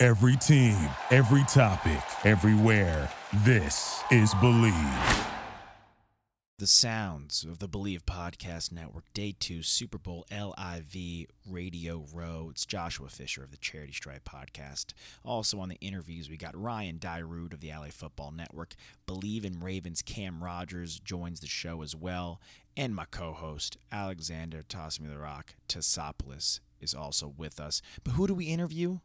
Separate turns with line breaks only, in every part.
Every team, every topic, everywhere. This is Believe.
The sounds of the Believe Podcast Network, Day 2, Super Bowl LIV Radio Row. It's Joshua Fisher of the Charity Stripe Podcast. Also on the interviews, we got Ryan Dyrud of the LA Football Network. Believe in Ravens Cam Rogers joins the show as well. And my co host, Alexander Toss Me the Rock Tassopoulos, is also with us. But who do we interview?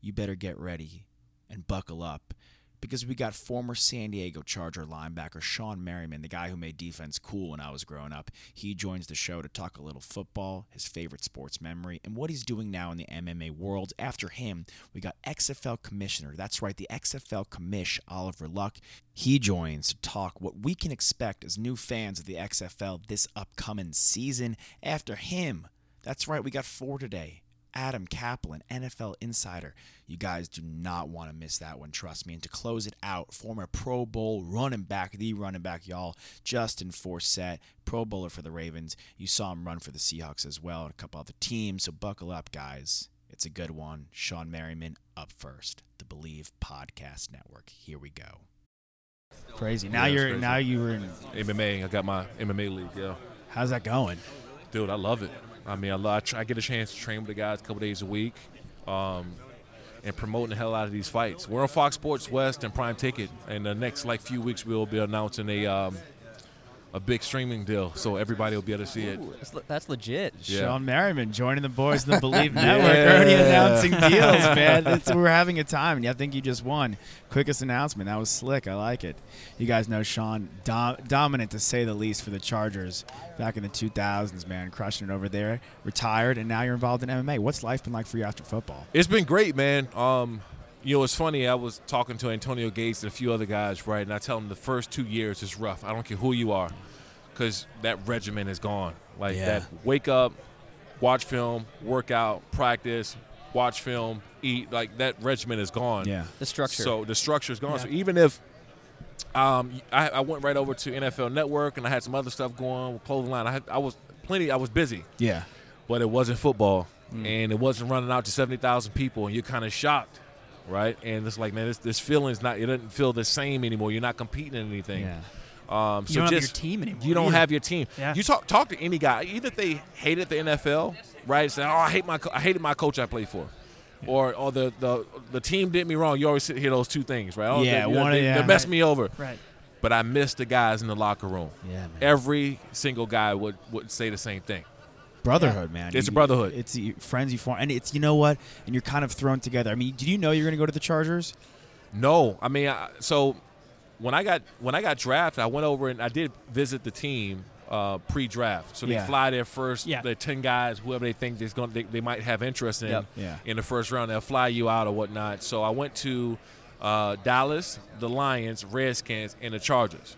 you better get ready and buckle up because we got former San Diego Charger linebacker Sean Merriman, the guy who made defense cool when I was growing up. He joins the show to talk a little football, his favorite sports memory, and what he's doing now in the MMA world. After him, we got XFL commissioner. That's right, the XFL commish Oliver Luck. He joins to talk what we can expect as new fans of the XFL this upcoming season. After him, that's right, we got four today. Adam Kaplan, NFL insider. You guys do not want to miss that one, trust me. And to close it out, former Pro Bowl running back, the running back, y'all, Justin Forsett, Pro Bowler for the Ravens. You saw him run for the Seahawks as well and a couple other teams. So buckle up, guys. It's a good one. Sean Merriman up first. The Believe Podcast Network. Here we go. Crazy. Now
Yeah, it's
you're
crazy.
now you were in
MMA. I got my MMA league. Yeah,
how's that going?
dude, I love it. I mean, I, lo- I, tr- I get a chance to train with the guys a couple days a week, um, and promoting the hell out of these fights. We're on Fox Sports West and Prime Ticket, and the next like few weeks we'll be announcing a um, a big streaming deal, so everybody will be able to see it.
That's, le- that's legit.
Yeah.
Sean Merriman joining the boys in the Believe Network, already announcing deals, man. It's, we're having a time, and I think you just won. Quickest announcement. That was slick. I like it. You guys know Sean, dom- dominant to say the least for the Chargers back in the 2000s, man, crushing it over there. Retired, and now you're involved in MMA. What's life been like for you after football?
It's been great, man. Um, you know, it's funny. I was talking to Antonio Gates and a few other guys, right? And I tell them the first two years is rough. I don't care who you are, because that regimen is gone. Like
Yeah.
that, wake up, watch film, work out, practice, watch film, eat. Like that regimen is gone.
Yeah.
The structure.
So the structure is gone. So even if um, I, I went right over to NFL Network and I had some other stuff going on with clothing line, I, had, I was plenty. I was busy
Yeah.
but it wasn't football
Mm.
and it wasn't running out to 70,000 people and you're kind of shocked right and it's like man this, this feeling's not it doesn't feel the same anymore you're not competing in anything
Yeah.
um, so
don't have your
just
team anymore
you don't
either.
have your team
Yeah.
you talk talk to any guy either they hated the NFL right say oh I hate my co- I hated my coach I played for Or, or the, the the team did me wrong. You always hear those two things, right? Oh,
Yeah,
they, you know,
one of-
they,
yeah.
they messed me over
uh, Right.
but I miss the guys in the locker room.
Yeah, man.
Every single guy would, would say the same thing.
brotherhood, man.
It's a brotherhood.
It's the friends you form, and it's you know what, and you're kind of thrown together. I mean, did you know you're going to go to the Chargers?
No, I mean, I, so when I got when I got drafted, I went over and I did visit the team uh, pre-draft. So they
Yeah.
fly there first.
Yeah.
The ten guys, whoever they think is going, they, they might have interest in
Yep.
Yeah.
in the first round. They'll fly you out or whatnot. So I went to uh, Dallas, the Lions, Redskins, and the Chargers.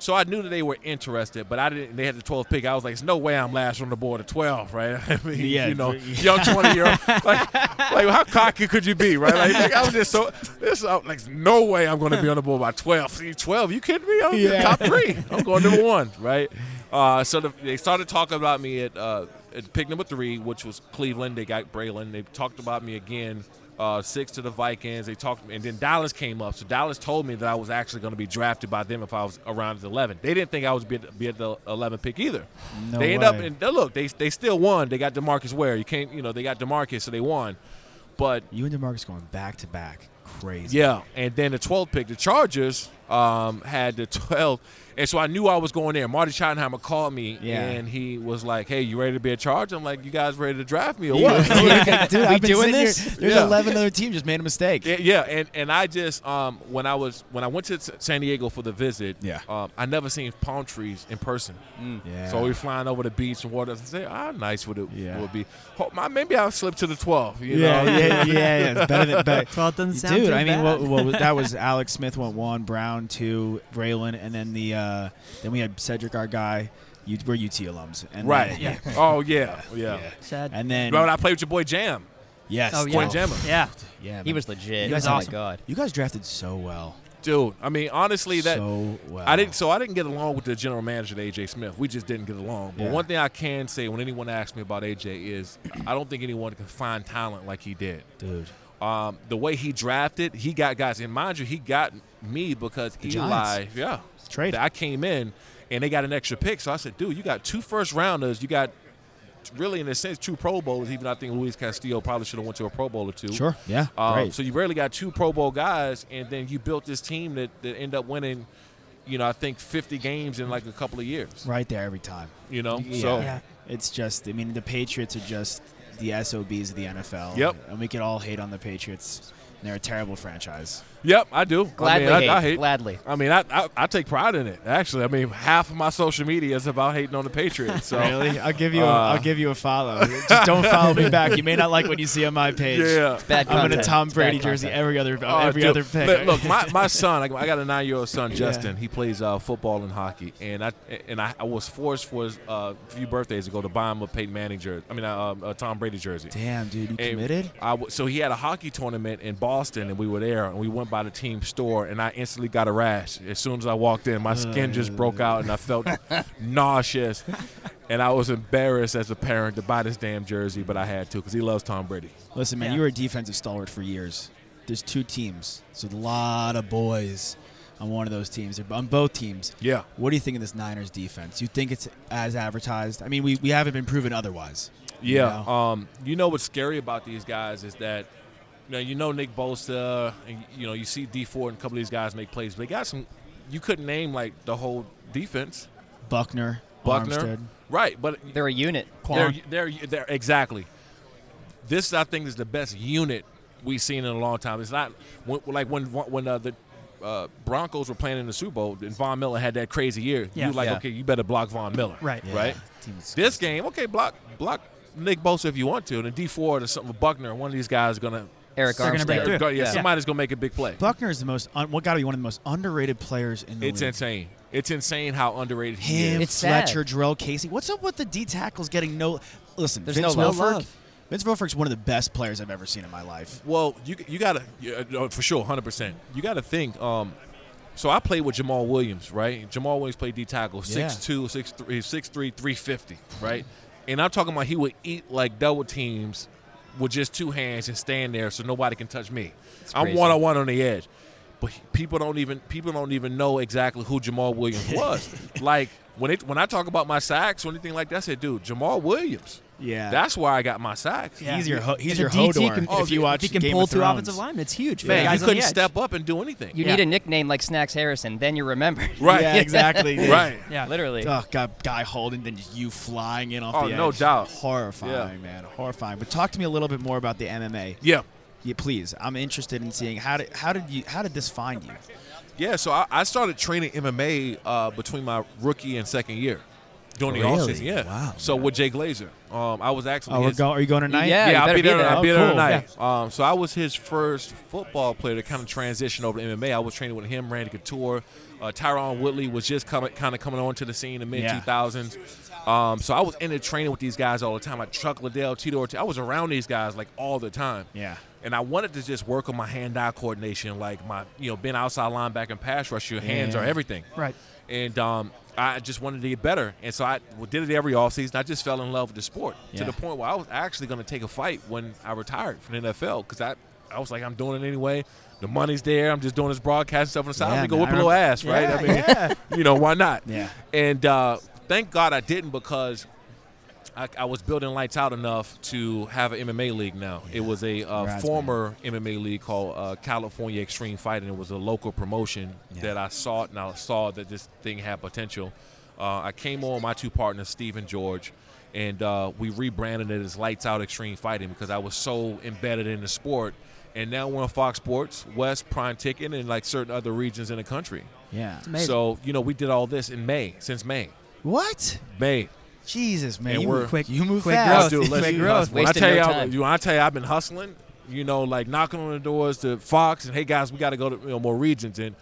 So I knew that they were interested, but I didn't. They had the 12th pick. I was like, "There's no way I'm last on the board at 12, right? I mean,
Yeah,
you know,
it's-
young 20 year old. Like, like, how cocky could you be, right? Like, I was just so. This I was like, no way I'm going to be on the board by 12. See, 12? You kidding me? I'm
Yeah.
top three. I'm going number one, right? Uh, so the, they started talking about me at, uh, at pick number three, which was Cleveland. They got Braylon. They talked about me again. Uh, six to the Vikings. They talked, and then Dallas came up. So Dallas told me that I was actually going to be drafted by them if I was around at 11. They didn't think I was be at, be at the 11 pick either.
No
they end up,
way.
and uh, look, they they still won. They got Demarcus Ware. You can't, you know, they got Demarcus, so they won. But
You and Demarcus going back to back. crazy.
Yeah, and then the 12th pick, the Chargers um, had the 12th, and so I knew I was going there. Marty Schottenheimer called me,
Yeah.
and he was like, "Hey, you ready to be a Charger?" I'm like, "You guys ready to draft me or
Yeah.
what?"
Dude,
We
I've been
doing
sitting here-
this?
There's
Yeah.
11 other teams just made a mistake.
Yeah, yeah, and and I just um when I was when I went to S- San Diego for the visit,
Yeah.
um, I never seen palm trees in person.
Yeah.
So we were flying over the beach and water and say, ah, nice would it
Yeah.
would be. Ho- my- Maybe I'll slip to the 12. You
yeah,
know?
yeah, yeah, yeah. It's better than better.
Well, it doesn't sound
Dude,
too
I mean,
bad.
what, what was, that was Alex Smith went one, Brown two, Braylon, and then the uh, then we had Cedric, our guy. You, we're UT alums, and
Right.
Then, yeah.
Oh yeah. Yeah.
Sad.
And then
Remember when I played with your boy Jam?
yes,
oh,
Point
yeah.
Gemma.
Yeah.
yeah, man.
He was legit.
You guys
oh,
awesome.
my God.
You guys drafted so well.
Dude, I mean, honestly, that
so well.
I didn't. So I didn't get along with the general manager, AJ Smith. We just didn't get along. But
Yeah.
one thing I can say when anyone asks me about AJ is, I don't think anyone can find talent like he did.
dude.
Um, the way he drafted, he got guys. And mind you, he got me because Eli.
Giants.
Yeah,
Trade.
I came in, and they got an extra pick. So I said, dude, you got two first rounders. You got really, in a sense, two Pro Bowlers. Even I think Luis Castillo probably should have went to a Pro Bowl or two.
Sure. Yeah.
Um,
Great.
So you barely got two Pro Bowl guys, and then you built this team that, that end up winning, you know, I think 50 games in like a couple of years.
right there every time.
You know,
Yeah.
so
Yeah.
It's just, I mean, the Patriots are just the SOBs of the NFL.
Yep.
And we could all hate on the Patriots. And they're a terrible franchise.
yep, I do.
Gladly.
I mean,
hate.
I, I hate.
Gladly.
I mean, I, I I take pride in it. Actually, I mean, half of my social media is about hating on the Patriots. So
I'll give you. A,
Uh,
I'll give you a follow. Just don't follow me back. You may not like what you see on my page.
yeah.
Bad
I'm in a
content.
Tom
It's bad
Brady jersey
content.
every other
Oh,
every
dude.
other pick.
Look, look, my, my son, like, I got a nine year old son, Justin. He plays uh, football and hockey, and I and I, I was forced for his, uh, a few birthdays ago to buy him a Peyton Manning jersey. I mean, uh, a Tom Brady jersey.
Damn, dude, you
And
committed?
I w- so he had a hockey tournament in Boston, and we were there, and we went by the team store, and I instantly got a rash as soon as I walked in. My skin just broke out, and I felt nauseous, and I was embarrassed as a parent to buy this damn jersey, but I had to because he loves Tom Brady.
Listen, man,
Yeah.
you were a defensive stalwart for years. There's two teams. There's a lot of boys on one of those teams, on both teams.
Yeah.
What do you think of this Niners defense? You think it's as advertised? I mean, we, we haven't been proven otherwise.
Yeah.
You know?
Um, you know what's scary about these guys is that you know, you know Nick Bosa, and you know you see D Ford and a couple of these guys make plays, but they got some. You couldn't name like the whole defense.
Buckner,
Buckner,
Armstead.
right? But
They're a unit.
they're, they're, they're exactly. This I think is the best unit we've seen in a long time. It's not when, like when when uh, the uh, Broncos were playing in the Super Bowl and Von Miller had that crazy year.
Yeah.
You like
Yeah.
okay, you better block Von Miller,
Right.
Yeah,
Right.
team's-
This game, okay, block block Nick Bosa if you want to, and then D Ford or something Buckner, one of these guys is gonna
Eric
They're gonna
Armstead.
break through. yeah,
Yeah.
somebody's gonna make a big play.
Buckner is the most un, what got to be one of the most underrated players in the
It's
league.
insane. It's insane how underrated he
Him,
is.
It's sad.
Fletcher, Drill, Casey. What's up with the D tackles getting no? Listen,
There's
Vince
no love.
Wilfork.
Love.
Vince Wilfork's one of the best players I've ever seen in my life.
Well, you you gotta yeah, no, for sure, hundred percent. You gotta think. Um, so I played with Jamal Williams, right? Jamal Williams played D tackle,
Yeah.
6'2", 6'3", 6'3", 350, right? And I'm talking about he would eat like double teams with just two hands and stand there so nobody can touch me. I'm
crazy.
one on one on the edge, but he- people don't even people don't even know exactly who Jamal Williams was. like when it, when I talk about my sacks or anything like that, I said, dude, Jamal Williams.
Yeah.
that's where I got my sacks.
He's your ho- he's
If
your
a DT
Hodor. Oh,
can-
if, you watch
if he can
Game
pull
of
two
Thrones.
offensive linemen, it's huge. for the
Man,
guys
you
on the
couldn't
edge.
step up and do anything.
You
Yeah.
need a nickname like Snacks Harrison, then you remember.
Right.
Yeah, exactly. dude.
Right.
Yeah,
Literally.
Oh, got Guy Holden, then just you flying in off
Oh,
the edge.
no doubt.
Horrifying,
Yeah.
man. Horrifying. But talk to me a little bit more about the MMA.
Yeah.
Yeah, please. I'm interested in seeing how did how did you how did this find you?
Yeah, so I, I started training MMA uh, between my rookie and second year during the
Really?
off season. Yeah.
Wow.
So with Jay Glazer, um, I was actually
Oh, we're
his-
going. Are you going tonight?
Yeah. you
yeah, I'll
better
be there.
be there.
I'll be
Oh,
there
cool.
tonight. Um, so I was his first football player to kind of transition over to MMA. I was training with him, Randy Couture, uh, Tyron Woodley was just coming, kind of coming onto the scene in mid
Yeah.
two thousands. Um, so I was in the training with these guys all the time. Like Chuck Liddell, Tito Ortiz. I was around these guys like all the time.
Yeah.
And I wanted to just work on my hand-eye coordination, like my you know being outside linebacker and pass rush. Your hands
Yeah.
are everything
right.
and um, I just wanted to get better. And so I did it every offseason. I just fell in love with the sport
Yeah.
to the point where I was actually going to take a fight when I retired from the NFL because I, I was like, I'm doing it anyway. The money's there. I'm just doing this broadcast stuff on the side.
Yeah,
Let me go
man,
whip
I
a little
remember-
ass, right? I mean, you know, why not?
Yeah.
And uh, thank God I didn't because I, I was building lights out enough to have an MMA league now. It was a uh,
Congrats,
former MMA league called uh, California Extreme Fighting. It was a local promotion that I saw it and I saw that this thing had potential. Uh, I came on with my two partners, Steve and George, and uh, we rebranded it as Lights Out Extreme Fighting because I was so embedded in the sport. And now we're on Fox Sports, West, Prime Ticket, and like certain other regions in the country.
Yeah.
So, you know, we did all this in May, since May.
What?
May.
Jesus, man.
And
you
we're-
move quick. You move
quick growth.
fast.
Dude, let's
Quick
see.
growth.
When I
Wasting
tell
no
y'all,
time.
you- when I tell you, I've been hustling. You know, like knocking on the doors to Fox and hey guys, we got to go to you know, more regions and.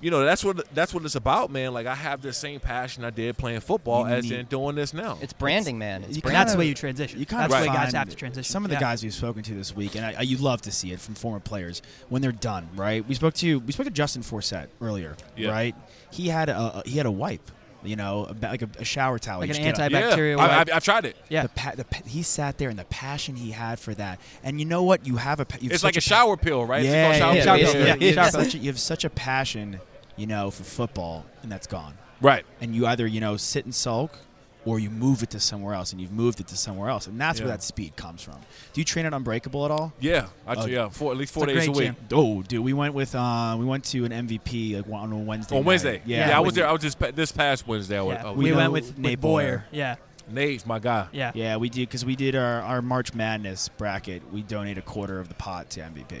You know that's what that's what it's about, man. Like I have the same passion I did playing football
You
as
need-
in doing this now.
It's branding, man. It's
You
branding.
that's the way you transition.
You kind
that's
of
the way
find
guys have to transition.
Some of the
Yeah.
guys we've spoken to this week, and I, I, you love to see it from former players when they're done, right? We spoke to we spoke to Justin Forsett earlier,
Yeah.
right? He had a, a he had a wipe, you know, a, ba- like a, a shower towel,
Like
He
an
just get up.
anti-
yeah,
bacterial
I, I,
wipe.
I tried it.
Yeah.
The pa- the pa- he sat there and the passion he had for that, and you know what? You have a pa- you have
It's like a
such pa-
shower pill, right? It's
Yeah,
called
yeah,
shower
yeah,
pill.
yeah,
You have- you, have
Shower pill.
such a, you have such a passion, you know, for football, and that's gone.
Right.
And you either you know sit and sulk, or you move it to somewhere else, and you've moved it to somewhere else, and that's where
Yeah.
that speed comes from. Do you train at Unbreakable at all?
Yeah, I,
Uh,
yeah. Four, at least four
a great
days a week.
gym.
Oh, dude, we went with uh, we went to an MVP like on a Wednesday.
On
night.
Wednesday. Yeah,
yeah,
I was there. I was just pa- this past Wednesday. I was,
Yeah.
I was
we
know-
went with,
Nate
with Boyer.
Boyer.
Yeah.
Nate's my guy.
Yeah.
Yeah, we did because we did our, our March Madness bracket. We donate a quarter of the pot to MVP.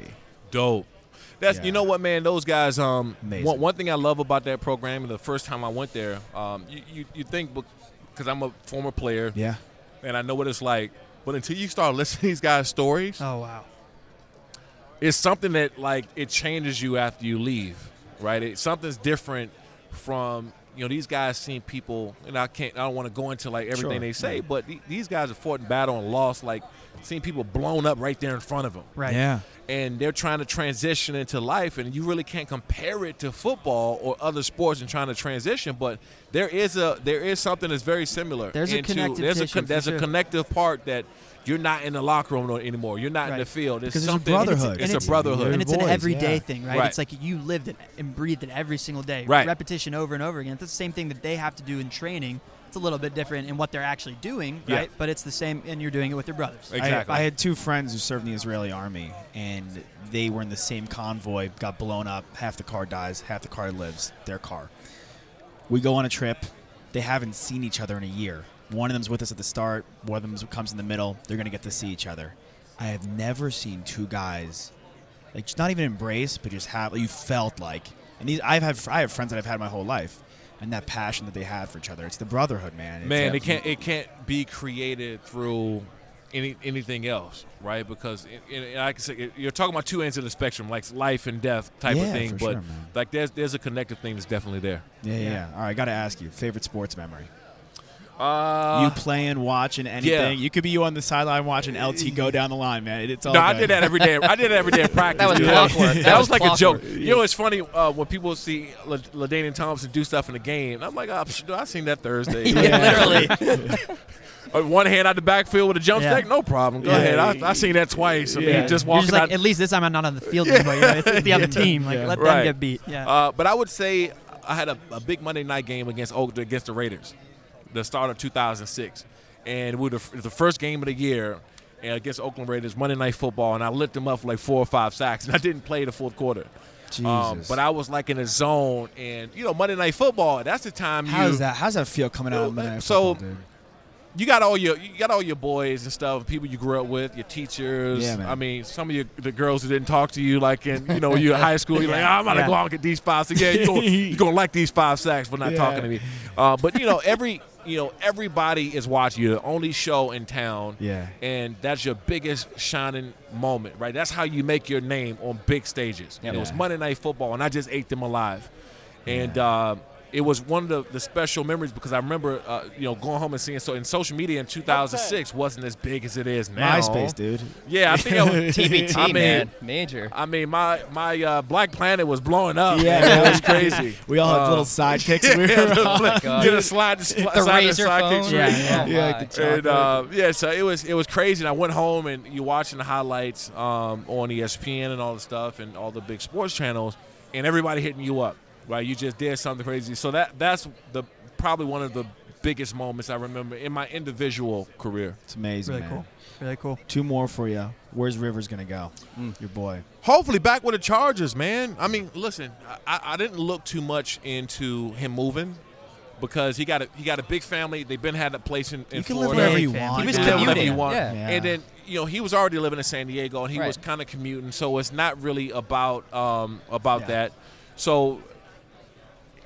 dope. That's
Yeah.
you know what man, those guys. Um,
Amazing.
one, one thing I love about that program. and The first time I went there, um, you you, you think because I'm a former player
Yeah,
and I know what it's like, but until you start listening to these guys' stories,
Oh wow.
it's something that like it changes you after you leave, right? It, something's different from you know these guys seeing people, and I can't, I don't want to go into like everything
Sure.
they say, but the- these guys have fought in battle and lost, like seeing people blown up right there in front of them,
Right.
yeah,
and they're trying to transition into life and you really can't compare it to football or other sports and trying to transition but there is a there is something that's very similar
There's a
into-
connective
there's
tissue
a con-
for
there's a
sure.
connective part that you're not in the locker room no- anymore you're not in the
Right.
field it's
Because it's a
something
brotherhood.
it's,
and
a brotherhood
and it's an
Boys,
everyday
yeah.
thing, right?
Right.
It's like you lived it and breathed it every single day,
Right.
Repetition over and over again. It's the same thing that they have to do in training. It's a little bit different in what they're actually doing,
Yeah.
right? But it's the same, and you're doing it with your brothers.
Ex- Exactly.
I, I had two friends who served in the Israeli army, and they were in the same convoy. Got blown up. Half the car dies. Half the car lives. Their car. We go on a trip. They haven't seen each other in a year. One of them's with us at the start. One of them comes in the middle. They're gonna get to see each other. I have never seen two guys like just not even embrace, but just have you felt like. And these I've had I have friends that I've had my whole life, and that passion that they have for each other. It's the brotherhood, man. It's
man
that-
it can't it can't be created through any anything else right because it, it, and I can say it- you're talking about two ends of the spectrum like life and death type of
Yeah,
thing
for
but
sure, man.
like there's there's a connective thing that's definitely there
Yeah, yeah. yeah. All right, I got to ask you favorite sports memory.
uh,
you playing, watching anything.
yeah.
You could be you on the sideline watching LT go down the line, man. It- It's all.
No, I
good.
did that every day. I did it every day in practice.
That was
dude.
clockwork.
That,
That
was
was
like a
clockwork.
joke. You know, it's funny uh, when people see La- LaDainian Thompson do stuff in the game. I'm like, oh, psh, dude, I seen that Thursday.
literally.
Uh, One hand out the backfield with a jump
Yeah.
stick, no problem. Go
Yeah.
ahead. I, I seen that twice. I mean, just
You're
walking
just like,
out.
at least this time I'm not on the field anymore. You know? It's, it's the other team. Like, let
Right.
them get beat. Yeah.
Uh, but I would say I had a, a big Monday night game against Oak against the Raiders, the start of 2006, and we were the, the first game of the year. And against Oakland Raiders, Monday Night Football, and I lit them up for like four or five sacks, and I didn't play the fourth quarter. Um,
Jesus.
but I was like in a zone, and you know Monday Night Football. That's the time
How
you
does that? How's that feel coming out of
Yo,
Monday Night
Uh, so-
Football, dude?
you got all your you got all your boys and stuff, people you grew up with, your teachers.
Yeah, man.
I mean, some of your, the girls who didn't talk to you, like in you know your high school, you're like, "Ah, I'm gonna
Yeah.
go out and get these five sacks. Yeah, you're gonna, you're gonna like these five sacks for not
Yeah.
talking to me. Uh, but you know, every you know everybody is watching you. The only show in town.
Yeah.
and that's your biggest shining moment, right? That's how you make your name on big stages. And It was
Yeah.
Monday Night Football, and I just ate them alive and uh, it was one of the, the special memories because I remember, uh, you know, going home and seeing. So, and social media in 2006 wasn't as big as it is now.
MySpace, dude.
Yeah, I think I was,
TBT,
I mean,
man. Major.
I mean, my my uh, Black Planet was blowing up.
Yeah,
man. it
man.
was crazy.
We all had
Uh,
little sidekicks. we were on.
did a slide, sli-
the
slide
razor
sidekick
phone.
trick.
Yeah,
yeah. Yeah,
Oh my.
the
And uh, yeah, so it was it was crazy. And I went home and you watching the highlights um, on ESPN and all the stuff and all the big sports channels, and everybody hitting you up, right? You just did something crazy. So that that's the probably one of the biggest moments I remember in my individual career.
It's amazing,
Really
man.
cool. Really cool.
Two more for you. Where's Rivers gonna go?
Mm.
Your boy.
Hopefully back with the Chargers, man. I mean, listen, I, I didn't look too much into him moving because he got a he got a big family. They've been had a place in, in
You can live
Florida.
wherever you
Big family.
want.
He was
You
man.
can live wherever
commuting.
you want.
Yeah.
And then you know he was already living in San Diego, and he
Right.
was kind of commuting, so it's not really about um, about
Yeah.
that. So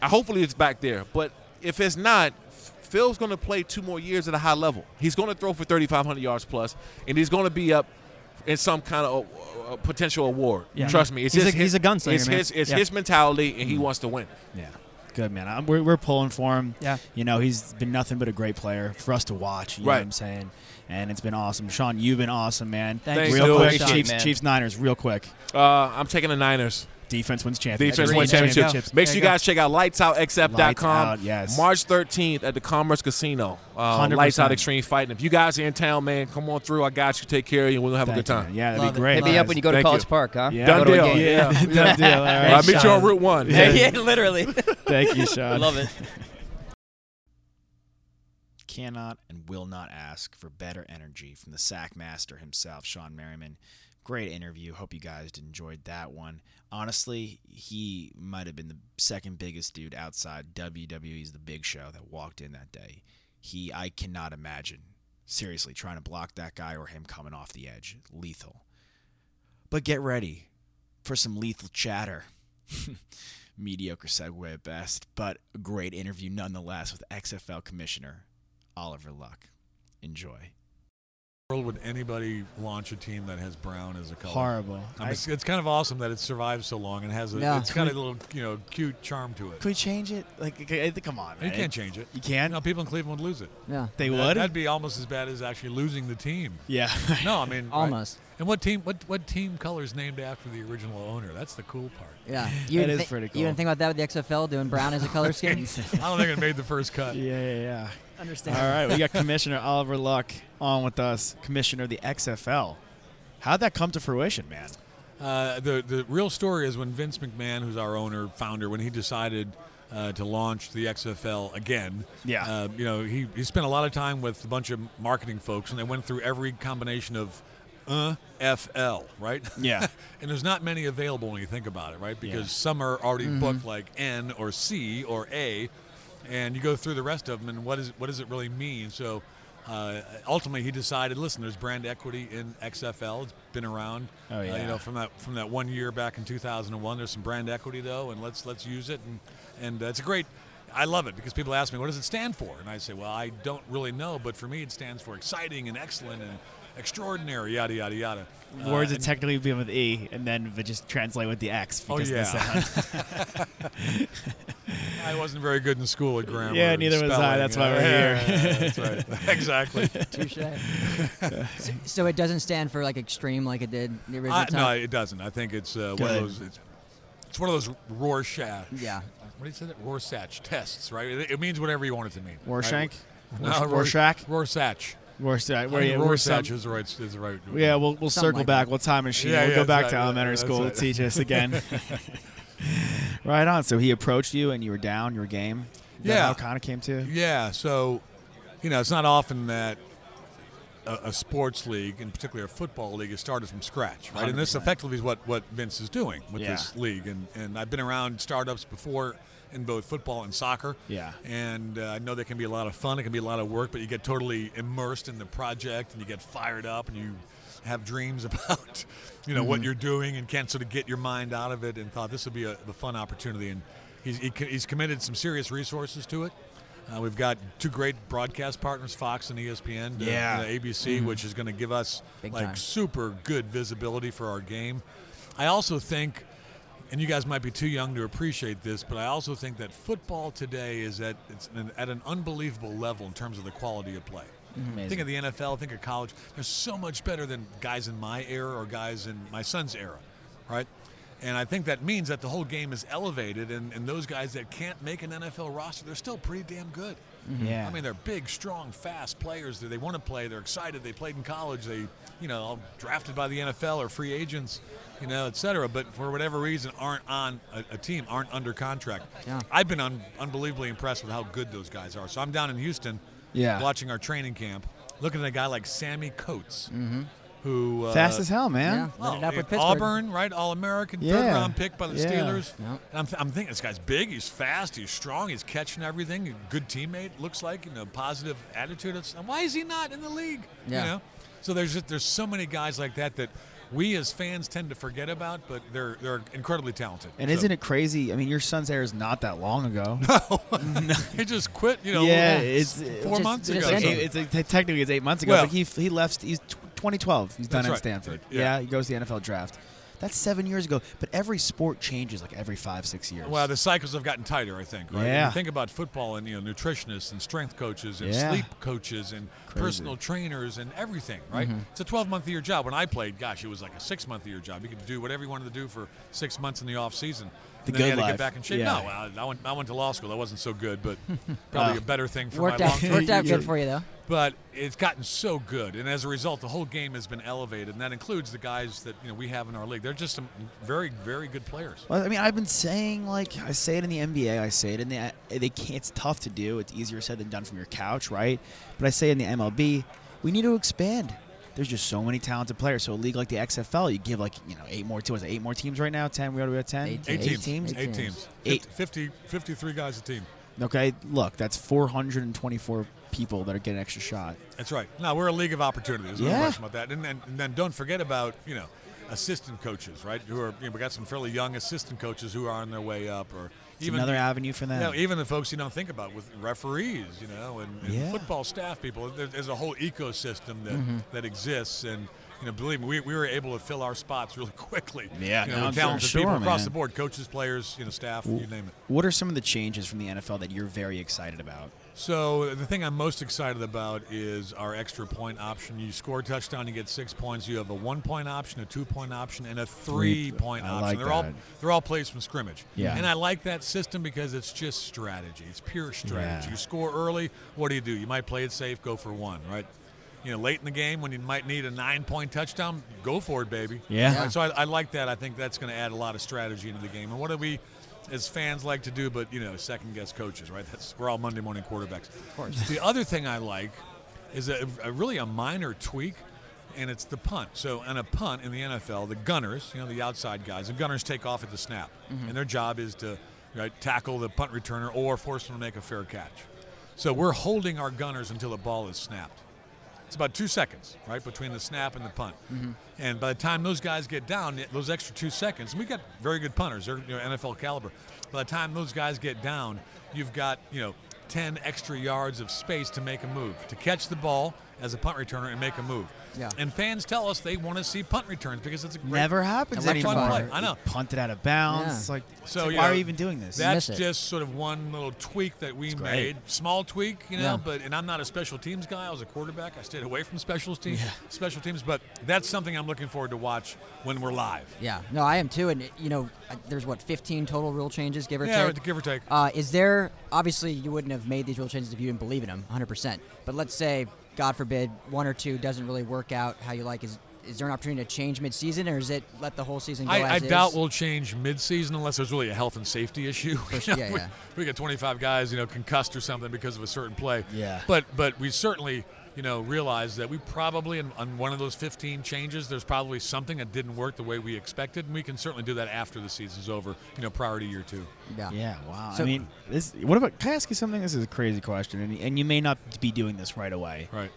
I- hopefully it's back there, but if it's not. Phil's going to play two more years at a high level. He's going to throw for 3,500 yards plus, and he's going to be up in some kind of uh, uh, potential award.
Yeah.
Trust me, it's
He's
just
a-
his,
he's a gunslinger,
It's
man.
his, it's
Yeah. Mm-hmm.
his mentality, and he wants to win.
Yeah. Good man. I'm, we're, we're pulling for him.
Yeah.
You know, he's been nothing but a great player for us to watch. You know
Right.
what I'm saying? And it's been awesome. Sean, you've been awesome, man.
Thank
you
real
so
quick,
much,
Chiefs,
man.
Chiefs, Niners, real quick.
Uh, I'm taking the Niners.
Defense wins championships.
Defense
Agreed.
wins
There you
championships.
go.
Make
There
sure
you
you
go.
guys check out
Lights
lightsoutxf.com.
out, yes.
March 13th at the Commerce Casino. Uh,
100%.
Lights Out Extreme Fighting. If you guys are in town, man, come on through. I got you. Take care of you. We're going to have
Thank
a good
you,
time.
man. Yeah, that'd
Love
be
it.
great.
Hit me up when you go to
Thank
College
you.
Park, huh?
Yeah.
Go
Done
to a
deal.
game.
Yeah.
Done deal. All right,
I'll meet you on
Sean.
Route 1.
Yeah, yeah, literally.
Thank you, Sean.
I love it.
cannot and will not ask for better energy from the sack master himself, Sean Merriman. Great interview. Hope you guys enjoyed that one. Honestly, he might have been the second biggest dude outside WWE's The Big Show that walked in that day. He, I cannot imagine, seriously, trying to block that guy or him coming off the edge. Lethal. But get ready for some lethal chatter. Mediocre segue at best, but a great interview nonetheless with XFL Commissioner Oliver Luck. Enjoy.
world would anybody launch a team that has brown as a color?
Horrible.
I mean, it's, it's kind of awesome that it survived so long and has a.
Yeah.
It's got a little, you know, cute charm to it.
Could we change it? Like, okay, I think- come on, man.
You can't change it. You
You can.
know, people in Cleveland would lose it.
Yeah,
They
That-
would.
That'd be almost as bad as actually losing the team.
yeah.
No, I mean right?
almost.
And what team? What what team color is named after the original owner? That's the cool part.
Yeah, you
That
didn't
is
thi-
pretty
You
cool.
didn't think about that with the XFL doing brown as a color scheme?
I don't think it made the first cut.
yeah, yeah, yeah.
Understand?
All right, we got Commissioner Oliver Luck on with us, Commissioner of the XFL. How'd that come to fruition, man?
Uh, the the real story is when Vince McMahon, who's our owner founder, when he decided uh, to launch the XFL again.
Yeah.
Uh, you know, he he spent a lot of time with a bunch of marketing folks, and they went through every combination of. Uh, FL, right?
Yeah.
and there's not many available when you think about it, right? Because some are already
Mm-hmm.
booked like N or C or A, and you go through the rest of them, and what is what does it really mean? So, uh, ultimately, he decided, listen, there's brand equity in XFL. It's been around,
Oh,
uh,
yeah.
you know, from that from that one year back in 2001. There's some brand equity though, and let's let's use it, and and uh, it's a great. I love it because people ask me, what does it stand for? And I say, well, I don't really know, but for me, it stands for exciting and excellent and extraordinary, yada yada yada. Uh,
Words that
and-
technically begin with E and then would just translate with the X
Oh,
because of the
yeah.
sound.
I wasn't very good in school at grammar.
Yeah,
and
neither was I.
spelling.
That's why
Uh,
we're
yeah,
here.
yeah, yeah, that's right. exactly.
Touche. so, so it doesn't stand for like extreme, like it did the original
I,
time.
no, it doesn't. I think it's uh, one of
Good.
those. It's, it's one of those Rorschach.
Yeah.
What do you say that? Rorschach tests, right? It, it means whatever you want it to mean.
Warshank?
Right? No, Rorschach.
Rorschach?
Rorschach.
Rorschach.
I
Where,
think
yeah, we're some-
Rorschach is the right. Is the right.
yeah, we'll, we'll
Something
circle
like
back.
that.
We'll time machine.
Yeah,
we'll
yeah,
go back
that's
to
right.
elementary
That's
school.
right.
Teach us again. right on. So he approached you and you were down, you were game. Is that
Yeah. Uh,
How kind of came to?
Yeah, so you know, it's not often that a, a sports league, and particularly a football league, is started from scratch, right? And this
100%.
effectively is what what Vince is doing with
Yeah.
this league, and and I've been around startups before in both football and soccer.
Yeah.
and uh, I know they can be a lot of fun. It can be a lot of work, but you get totally immersed in the project, and you get fired up, and you have dreams about you know what you're doing, and can't sort of get your mind out of it. And thought this would be a, a fun opportunity, and he's he, co- he's committed some serious resources to it. Uh, we've got two great broadcast partners, Fox and ESPN. uh,
Yeah.
uh, ABC, which is going to give us
Big
like
time.
super good visibility for our game. I also think, and you guys might be too young to appreciate this, but I also think that football today is at it's an, at an unbelievable level in terms of the quality of play. Think of the NFL, think of college. They're so much better than guys in my era or guys in my son's era, right? And I think that means that the whole game is elevated, and, and those guys that can't make an NFL roster, they're still pretty damn good.
Yeah.
I mean, they're big, strong, fast players. They, they want to play. They're excited. They played in college. They, you know, all drafted by the NFL or free agents, you know, et cetera. But for whatever reason, aren't on a, a team, aren't under contract.
Yeah.
I've been un- unbelievably impressed with how good those guys are. So I'm down in Houston,
Yeah.
watching our training camp, looking at a guy like Sammy Coates, who uh,
Fast as hell,
yeah,
man.
lit it up
Oh,
with
yeah,
Pittsburgh.
Auburn, right? All American, third
Yeah.
round pick by the
Yeah.
Steelers.
Yeah.
And I'm, th- I'm thinking this guy's big, he's fast, he's strong, he's catching everything. a Good teammate, looks like, you know, positive attitude. It's, and why is he not in the league?
Yeah.
You know? So there's just, there's so many guys like that that we as fans tend to forget about, but they're they're incredibly talented.
And
So-
isn't it crazy? I mean, your son's hair is not that long ago.
he just quit? You know,
yeah,
four
it's
Just-
months
just
ago.
ended.
So-
Stanford.
It's, it's, technically it's eight months ago,
Well-
but he he left. He's tw- 2012. He's done
That's
at
right.
Stanford.
Yeah.
Yeah. he goes to the NFL draft. That's seven years ago. But every sport changes like every five six years.
Well, the cycles have gotten tighter, I think. Right? When you
Yeah.
think about football and you know nutritionists and strength coaches and
Yeah.
sleep coaches and personal trainers and everything. Right?
Mm-hmm.
It's a 12-month a year job. When I played, gosh, it was like a six-month a year job. You could do whatever you wanted to do for six months in the off season.
The
and then you had
good
to get
life.
back in shape.
Yeah.
No, I, I went. I went to law school. That wasn't so good, but probably
Wow.
a better thing for
Worked
my
out,
long
worked out good for you though.
but it's gotten so good, and as a result, the whole game has been elevated, and that includes the guys that you know we have in our league. They're just some very, very good players.
Well, I mean, I've been saying like I say it in the NBA, I say it in the uh, they can't. It's tough to do. It's easier said than done from your couch, right? But I say in the MLB, we need to expand. There's just so many talented players. So a league like the XFL, you give like you know eight more to us, eight more teams right now. Ten, we already have ten.
Eight
Eight
Eight
teams.
teams?
Eight
Eight
teams.
Eight.
50, 53 guys a team.
Okay, look, that's 424 people that are getting an extra shot.
That's right. Now we're a league of opportunity. There's no
Yeah.
question about that. And then, and then don't forget about you know assistant coaches, right? Who are you know, we got some fairly young assistant coaches who are on their way up, or
It's another avenue for
you
them.
know, even the folks you don't think about with referees, you know, and, and
Yeah. Mm-hmm.
football staff people. There- There's a whole ecosystem that that exists, and you know, believe me, we, we were able to fill our spots really quickly.
Yeah,
you
no,
know,
I'm
with talented
sure,
people across
man.
the board, coaches, players, you know, staff, you name it.
what are some of the changes from the NFL that you're very excited about?
So the thing I'm most excited about is our extra point option. You score a touchdown, you get six points. You have a one point option, a two point option, and a three, point
I
option.
like
they're all
that.
they're all plays from scrimmage.
Yeah.
And I like that system because it's just strategy. It's pure strategy.
Yeah.
You score early, what do you do? You might play it safe, go for one, right? You know, late in the game when you might need a nine point touchdown, go for it, baby.
Yeah.
Right, so I, I like that. I think that's going to add a lot of strategy into the game. And what do we, as fans, like to do? But you know, second guess coaches, right? That's we're all Monday morning quarterbacks. Of course. The other thing I like is a, a really a minor tweak, and it's the punt. So on a punt in the NFL, the gunners, you know, the outside guys, the gunners take off at the snap, and their job is to right, tackle the punt returner or force them to make a fair catch. So we're holding our gunners until the ball is snapped. It's about two seconds, right, between the snap and the punt. And by the time those guys get down, those extra two seconds, and we got very good punters, they're you know, NFL caliber. By the time those guys get down, you've got, you know, 10 extra yards of space to make a move, to catch the ball as a punt returner and make a move.
Yeah.
And fans tell us they want to see punt returns because it's a great
Never happens
it's a
anymore.
fun play. I know.
Punted out of bounds.
Yeah.
It's Like, it's
So,
like,
you
why
know,
are you even doing this?
That's
miss it.
just sort of one little tweak that we
great.
made, small tweak, you know.
Yeah.
But and I'm not a special teams guy. I was a quarterback. I stayed away from special teams. Special teams, but that's something I'm looking forward to watch when we're live.
Yeah, no, I am too. And you know, uh, there's what 15 total rule changes, give or
Yeah,
take.
give or take.
Uh, is there obviously you wouldn't have made these rule changes if you didn't believe in them 100%. But let's say, God forbid, one or two doesn't really work out how you like. Is is there an opportunity to change mid-season, or is it let the whole season go
I,
as
I
is?
doubt we'll change midseason unless there's really a health and safety issue.
sure,
You know,
yeah,
we,
yeah.
we got 25 guys, you know, concussed or something because of a certain play.
Yeah.
But but we certainly, you know, realize that we probably in, on one of those 15 changes, there's probably something that didn't work the way we expected, and we can certainly do that after the season's over. You know, prior to year two.
Yeah.
Yeah, wow.
So-
I mean, this. What about? Can I ask you something? This is a crazy question, and, and you may not be doing this right away.
Right.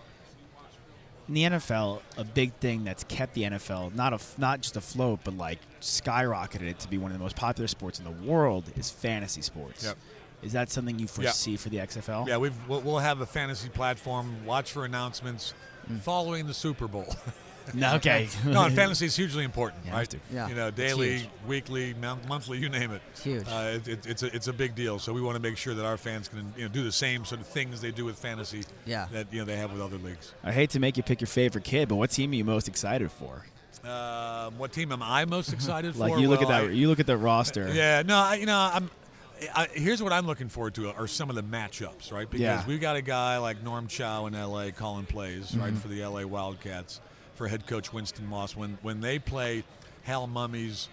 In the NFL, a big thing that's kept the NFL not a not just afloat, but like skyrocketed it to be one of the most popular sports in the world is fantasy sports.
Yep.
Is that something you foresee for the XFL?
Yeah, we've we'll, we'll have a fantasy platform. Watch for announcements
Mm.
following the Super Bowl.
No, okay.
no, and fantasy is hugely important,
Yeah,
right?
it's-
Yeah,
You know,
it's
daily,
huge.
weekly, mon- monthly, you name it.
It's huge.
Uh, it, it, it's a it's a big deal. So we want to make sure that our fans can you know do the same sort of things they do with fantasy.
Yeah.
That you know they have with other leagues.
I hate to make you pick your favorite kid, but what team are you most excited for?
Um, what team am I most excited
Like
for?
you look at
Well,
that.
I-
you look at the roster.
yeah, no, I, you know, I'm. I, here's what I'm looking forward to are some of the matchups, right? Because
Yeah.
we've got a guy like Norm Chow in LA calling plays,
Mm-hmm.
right, for the LA Wildcats, for head coach Winston Moss. When when they play Hal Mummies,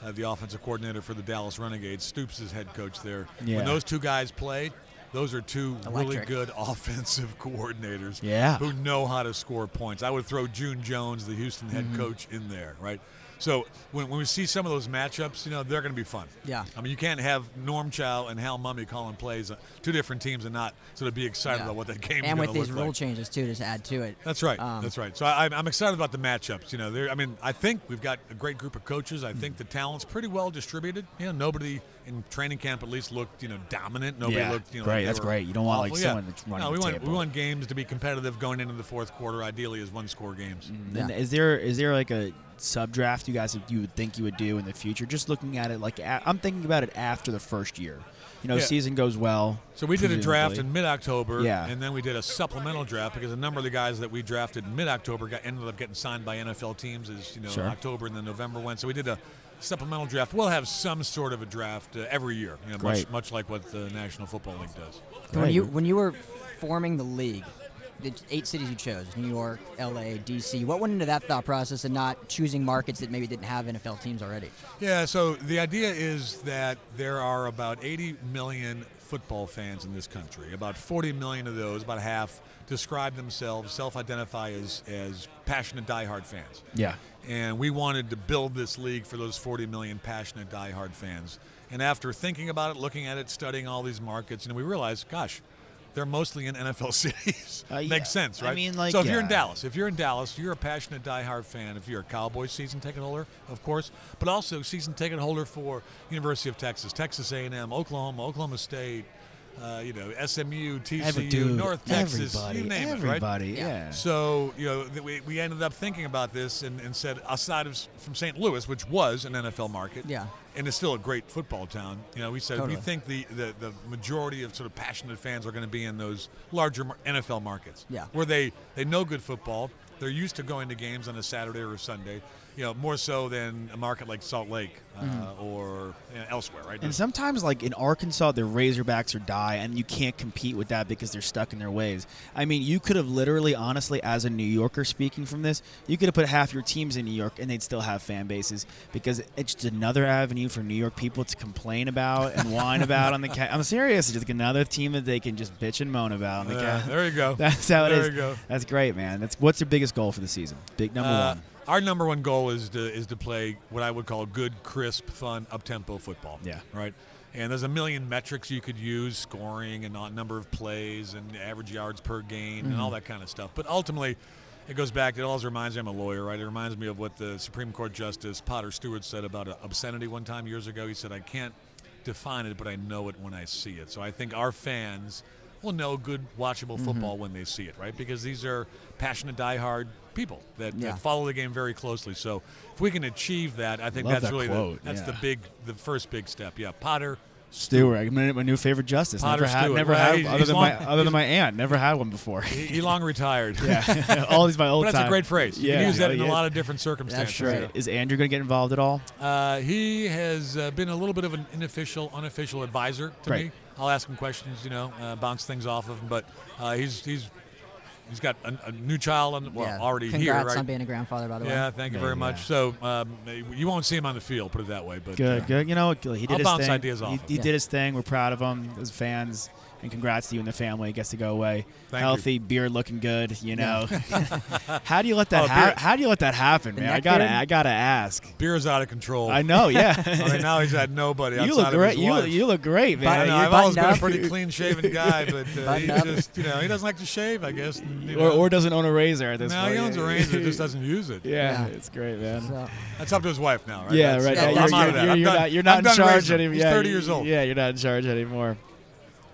uh, the offensive coordinator for the Dallas Renegades, Stoops is head coach there.
Yeah.
When those two guys play, those are two really
Electric.
good offensive coordinators
Yeah.
who know how to score points. I would throw June Jones, the Houston head
Mm-hmm.
coach, in there, right? So when, when we see some of those matchups, you know, they're going to be fun.
Yeah.
I mean, you can't have Norm Chow and Hal Mummy calling plays, uh, two different teams, and not sort of be excited
Yeah.
about what that game's
and
going
with
to
these
look
rule
like.
changes too, just add to it.
That's right.
Um,
That's right. So I, I'm- I'm excited about the matchups. You know, there. I mean, I think we've got a great group of coaches. I
Hmm.
think the talent's pretty well distributed. You know, nobody in training camp at least looked you know dominant. Nobody
Yeah,
looked you know.
great.
like they
That's
were
great. You don't want, like,
awful. Yeah.
someone that's running
No, we
the
want
table.
we want games to be competitive going into the fourth quarter. Ideally, as one score games.
And is there is there like a sub draft you guys you would think you would do in the future? Just looking at it, like a- I'm thinking about it after the first year. You know,
Yeah.
season goes well.
So we did a draft
presumably.
in mid-October,
Yeah.
and then we did a supplemental draft because a number of the guys that we drafted in mid-October got ended up getting signed by NFL teams as you know
Sure.
October and then November went. So we did a supplemental draft. We'll have some sort of a draft uh, every year, you know, much,
Great.
much like what the National Football League does.
When
Right.
you when you were forming the league, the eight cities you chose, New York, LA, DC, what went into that thought process and not choosing markets that maybe didn't have NFL teams already?
Yeah, so the idea is that there are about 80 million football fans in this country. About 40 million of those, about half, describe themselves, self-identify as as passionate diehard fans.
Yeah.
And we wanted to build this league for those 40 million passionate diehard fans. And after thinking about it, looking at it, studying all these markets, you know, we realized, gosh, they're mostly in NFL cities.
Uh, yeah.
Makes sense,
I
right?
mean, like,
so if you're in
yeah.
Dallas, if you're in Dallas, you're a passionate diehard fan. If you're a Cowboys season ticket holder, of course, but also season ticket holder for University of Texas, Texas A&M, Oklahoma, Oklahoma State, uh, you know, SMU, TCU,
Every dude,
North Texas,
everybody,
you name it, right?
everybody,
Yeah.
yeah.
So you know, th- we, we ended up thinking about this and, and said, outside of s- from St. Louis, which was an NFL market,
Yeah.
and it's still a great football town. You know, we said
Totally.
we think the, the, the majority of sort of passionate fans are going to be in those larger mar- NFL markets,
Yeah.
where they they know good football. They're used to going to games on a Saturday or a Sunday, you know, more so than a market like Salt Lake uh, or you know, elsewhere, right?
And
There's-
sometimes, like in Arkansas, the Razorbacks are die, and you can't compete with that because they're stuck in their ways. I mean, you could have literally, honestly, as a New Yorker speaking from this, you could have put half your teams in New York, and they'd still have fan bases because it's just another avenue for New York people to complain about and whine about on the. Ca- I'm serious. It's just another team that they can just bitch and moan about on the.
Yeah,
Ca-
there you go.
That's how it
There
is.
you go.
That's great, man. That's what's your biggest goal for the season? Big number
Uh,
one.
Our number one goal is to is to play what I would call good, crisp, fun, up tempo football.
Yeah.
Right. And there's a million metrics you could use, scoring and not number of plays and average yards per game and all that kind of stuff. But ultimately, it goes back. It always reminds me I'm a lawyer, right? It reminds me of what the Supreme Court Justice Potter Stewart said about uh, obscenity one time years ago. He said, "I can't define it, but I know it when I see it. So I think our fans will know good, watchable football when they see it, right? Because these are passionate, diehard people that,
Yeah.
that follow the game very closely. So if we can achieve that, I think
Love
that's
that
really
quote,
the, that's the
yeah.
big, the first big step. Yeah, Potter.
Stewart, my my new favorite justice.
Potter
never had,
Stewart.
never
Well,
had
he's-
other
he's
than
long-
my other than my aunt. Never had one before.
He, he long retired.
Yeah, all these my old.
But that's a
time-
great phrase. You can
Yeah.
use that in
Yeah.
a lot of different circumstances.
right.
yeah.
Is Andrew going to get involved at all?
Uh, he has uh, been a little bit of an unofficial, unofficial advisor to
Great.
me. I'll ask him questions, you know, uh, bounce things off of him. But uh, he's he's he's got a, a new child, and well,
yeah.
already
Congrats
here, right?
on being a grandfather, by the way.
yeah, thank you very
Yeah.
much. So um, you won't see him on the field, put it that way. But
Good,
uh,
good. You know, he did
I'll
his
bounce
thing.
ideas off
he
him.
he
Yeah.
did his thing. We're proud of him as fans, and congrats to you and the family. Gets to go away
Thank you.
healthy, beard looking good. You know, how do you let
Oh,
that
beard.
ha- how do you let that happen,
The
man? I
neck
gotta
beard?
I gotta ask.
beer is out of control.
I know,
I mean,
yeah.
now he's had nobody
you
Oh. outside
look
of
great.
his
You
wife.
you look great,
I
man.
know,
You're
I've always
buttoned
been a
uh, up.
pretty clean-shaven guy, but uh, he
Buttoned up.
just, you know, he doesn't like to shave, I guess. and, you
or,
know.
or doesn't own a razor at this
no,
point.
he owns a razor, just doesn't use it.
yeah,
Yeah.
it's great, man.
So,
That's up to his wife now, right?
Yeah,
That's-
right.
Yeah,
now
I'm
you're,
out
you're,
of that.
you're,
I'm
you're
done-
not, you're not
I'm
in
done
charge
raising him.
anymore.
He's
yeah,
30
you-
years old.
Yeah, you're not in charge anymore.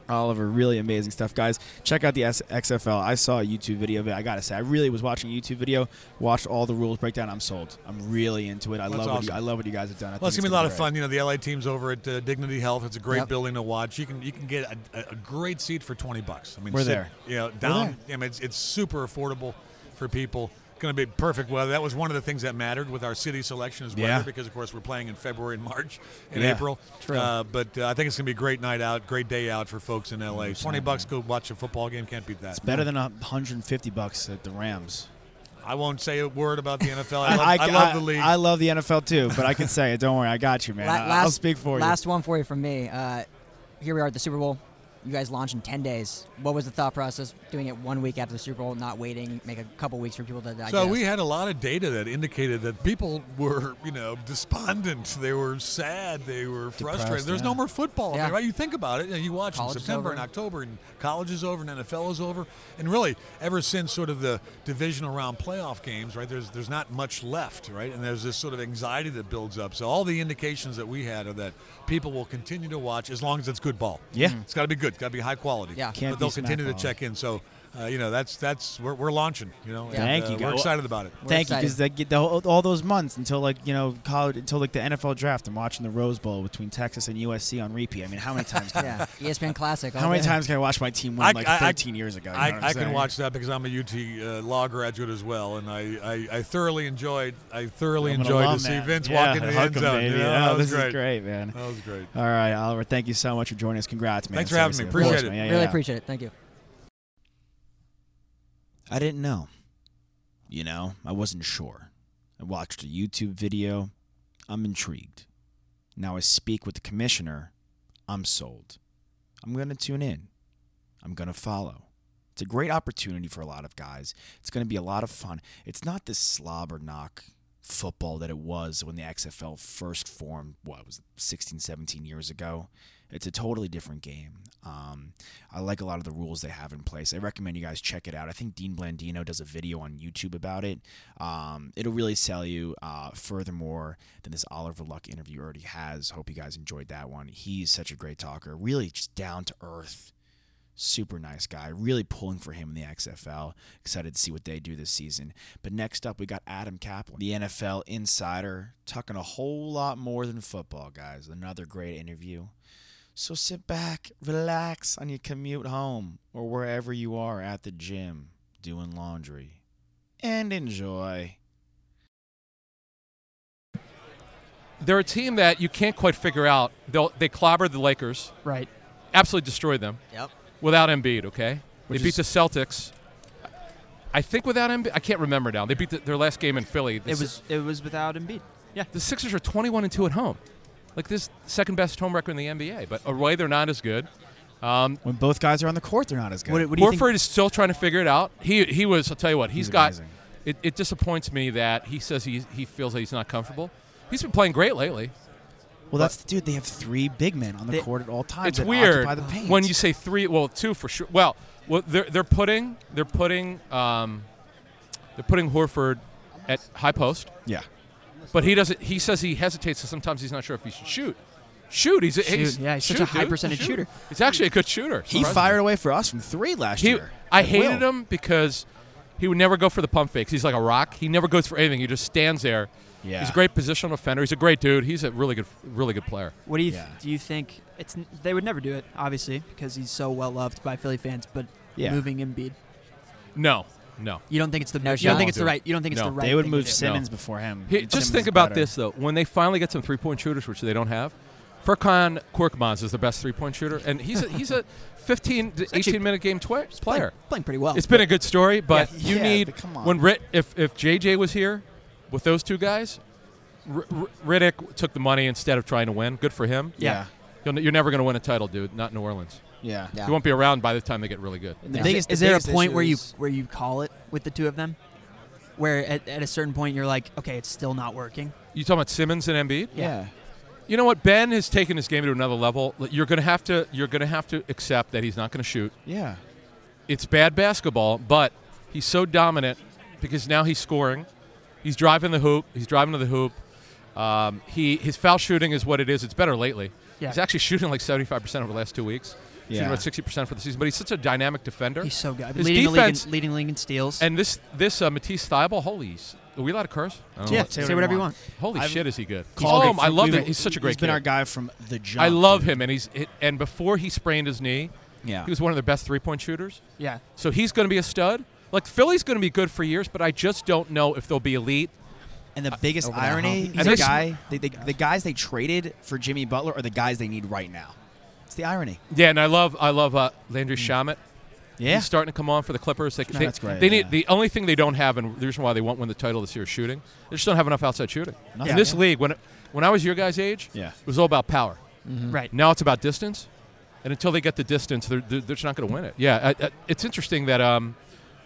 Oliver, really amazing stuff, guys. Check out the S- XFL. I saw a YouTube video of it. I gotta say, I really was watching a YouTube video, watched all the rules breakdown. I'm sold. I'm really into it. I
That's
love what you,
awesome.
I love what you guys have done. I
Well, it's
think
gonna be a lot of
great.
fun. You know, the LA team's over at uh, Dignity Health. It's a great
Yep.
building to watch. You can you can get a, a- a great seat for twenty bucks. I mean,
We're
sit,
there.
You know, down. I mean, it's, it's super affordable for people. going to be perfect weather. That was one of the things that mattered with our city selection is weather,
Yeah.
because of course we're playing in February and March and
Yeah,
April.
true.
Uh, but uh, I think it's going to be a great night out, great day out for folks in LA. Twenty bucks, go watch a football game. Can't beat that.
It's better than 150 bucks at the Rams.
I won't say a word about the NFL. I love, I, love the league.
I love the NFL too, but I can say it. Don't worry, I got you, man.
La-
I- I'll speak for you.
Last one for you from me. Uh, here we are at the Super Bowl. You guys launch in 10 days. What was the thought process doing it one week after the Super Bowl, not waiting, make a couple weeks for people to digest?
So we had a lot of data that indicated that people were, you know, despondent. They were sad. They were frustrated. There's no more football.
Yeah.
Right? You think about it. You, know, you watch
College
in
is
September
over.
and October, and college is over, and NFL is over, and really ever since sort of the divisional round playoff games, right? There's there's not much left, right? And there's this sort of anxiety that builds up. So all the indications that we had are that people will continue to watch as long as it's good ball.
Yeah.
it's got to be good. It's got to be high quality.
Yeah.
but
Can't
they'll
be smack
continue to
ball.
check in. So. Uh, you know that's that's we're, we're launching. You know, and,
Thank
uh,
you,
We're
guys.
excited about it.
We're
Thank you, because
excited.
they get the whole, all those months until like you know college until like the NFL draft. I'm watching the Rose Bowl between Texas and USC on repeat. I mean, how many times? Can
Yeah, E ESPN Classic. all
How many
day.
times can I watch my team win
I-
like
I- I-
13 years ago? You know
I,
what I'm
I can
saying?
watch that because I'm a UT uh, law graduate as well, and I, I, I thoroughly enjoyed I thoroughly
I'm an
enjoyed
alum,
to see
man.
Vince
Yeah,
walk into the
hug
end
him,
zone. you
baby.
know?
Oh,
that was
this
great.
is great, man.
That was great.
All right, Oliver. Thank you so much for joining us. Congrats, man.
Thanks for having me.
Seriously, of course,
Appreciate it.
man. Yeah,
really
yeah.
appreciate it. Thank you.
I didn't know. You know, I wasn't sure. I watched a YouTube video. I'm intrigued. Now I speak with the commissioner. I'm sold. I'm going to tune in. I'm going to follow. It's a great opportunity for a lot of guys. It's going to be a lot of fun. It's not this slobber knock football that it was when the XFL first formed, what was it, 16, 17 years ago. It's a totally different game. Um, I like a lot of the rules they have in place. I recommend you guys check it out. I think Dean Blandino does a video on YouTube about it. Um, it'll really sell you uh, furthermore than this Oliver Luck interview already has. Hope you guys enjoyed that one. He's such a great talker, really just down to earth super nice guy. Really pulling for him in the XFL. Excited to see what they do this season. But next up, we got Adam Kaplan, the NFL insider, talking a whole lot more than football, guys. Another great interview. So sit back, relax on your commute home or wherever you are at the gym doing laundry and enjoy.
They're a team that you can't quite figure out. They'll, they clobbered the Lakers,
Right.
absolutely destroyed them
Yep.
without Embiid. Okay,
Which
they beat
is-
the Celtics. I think without Embiid, I can't remember now. They beat the, their last game in Philly. The
It
Si-
was it was without Embiid.
the Sixers are 21 and two at home, like this second best home record in the NBA. But away, they're not as good. Um,
When both guys are on the court, they're not as good.
What, what do you
Horford is still trying to figure it out. He he was. I'll tell you what.
He's
he's got.
amazing.
It, it disappoints me that he says he he feels that he's not comfortable. He's been playing great lately.
well, that's the dude. They have three big men on the
They-
court at all times.
it's
that
weird
Occupy the paint.
when you say three. Well, two for sure. Well, well, they're they're putting they're putting um, they're putting Horford at high post,
yeah,
but he doesn't. He says he hesitates, so sometimes he's not sure if he should shoot. Shoot. He's, a he's
Shoot, yeah, he's such
shoot,
a high
dude.
percentage
Shoot.
shooter.
He's actually a good shooter.
he
Surprisingly.
fired away for us from three last
He,
year.
I
At
hated
will.
him because he would never go for the pump fakes. He's like a rock. He never goes for anything. He just stands there.
Yeah.
He's a great positional defender. He's a great dude. He's a really good, really good player.
What do you th-
Yeah.
do? You think it's n- they would never do it, obviously, because he's so well loved by Philly fans. But
Yeah.
moving Embiid,
No, no.
you don't think it's the
No
you don't
shot.
think it's the right you don't think it's
No.
the right.
They would
thing to
move
do.
Simmons before him.
Hey,
And
just
Simmons
think
is
about
better.
this though. When they finally get some three-point shooters, which they don't have, Furkan Korkmaz is the best three-point shooter, and he's a, he's a 15 to
actually-
18 minute game twi-
Playing-
player.
playing pretty well.
It's been a good story, but
Oh, Yeah,
you
yeah,
need
but come on.
when Rit if if JJ was here with those two guys, R- R- Riddick took the money instead of trying to win. Good for him.
Yeah,
You'll, you're never going to win a title, dude. Not in New Orleans.
yeah.
Yeah.
You won't be around by the time they get really good.
And The
is,
biggest,
is
the
there a
biggest
point
issue
where you
is-
where you call it with the two of them? Where at, at a certain point you're like, okay, it's still not working.
You talking about Simmons and Embiid?
Yeah.
You know what? Ben has taken his game to another level. You're going to have to you're going to have to accept that he's not going to shoot.
Yeah.
it's bad basketball, but he's so dominant because now he's scoring. He's driving the hoop. He's driving to the hoop. Um, he his foul shooting is what it is. It's better lately.
Yeah.
He's actually shooting like seventy five percent over the last two weeks. Shooting
Yeah.
about sixty percent for the season. But he's such a dynamic defender.
He's so good.
His
leading
defense
the league in, leading the league in steals.
and this this uh, Matisse Thibault. Holy, s- are we allowed to curse? I
Oh.
don't know.
yeah, say whatever you want.
Holy
I've-
shit, is he good?
He's
Call
great
him. I
from-
love
we've-
it. He's such a great.
He's been
kid.
our guy from the jump.
I love
dude.
him, and he's it, and before he sprained his knee,
Yeah.
he was one of the best three point shooters.
Yeah,
So he's going to be a stud. Like Philly's going to be good for years, but I just don't know if they'll be elite.
And the biggest
over that hump.
irony is
uh, And
the
it's-
guy, they, they, the guys they traded for Jimmy Butler are the guys they need right now. It's the irony.
Yeah, and I love I love uh, Landry Shamet.
Yeah.
he's starting to come on for the Clippers. They,
No,
they-
that's great,
They need
yeah.
the only thing they don't have, and the reason why they won't win the title this year is shooting. They just don't have enough outside shooting.
Nothing,
In this
yeah.
league, when it- when I was your guys' age,
Yeah.
it was all about power.
Mhm. Right.
now, it's about distance, and until they get the distance, they're they're, they're just not going to win it. Yeah, I, I, it's interesting that um,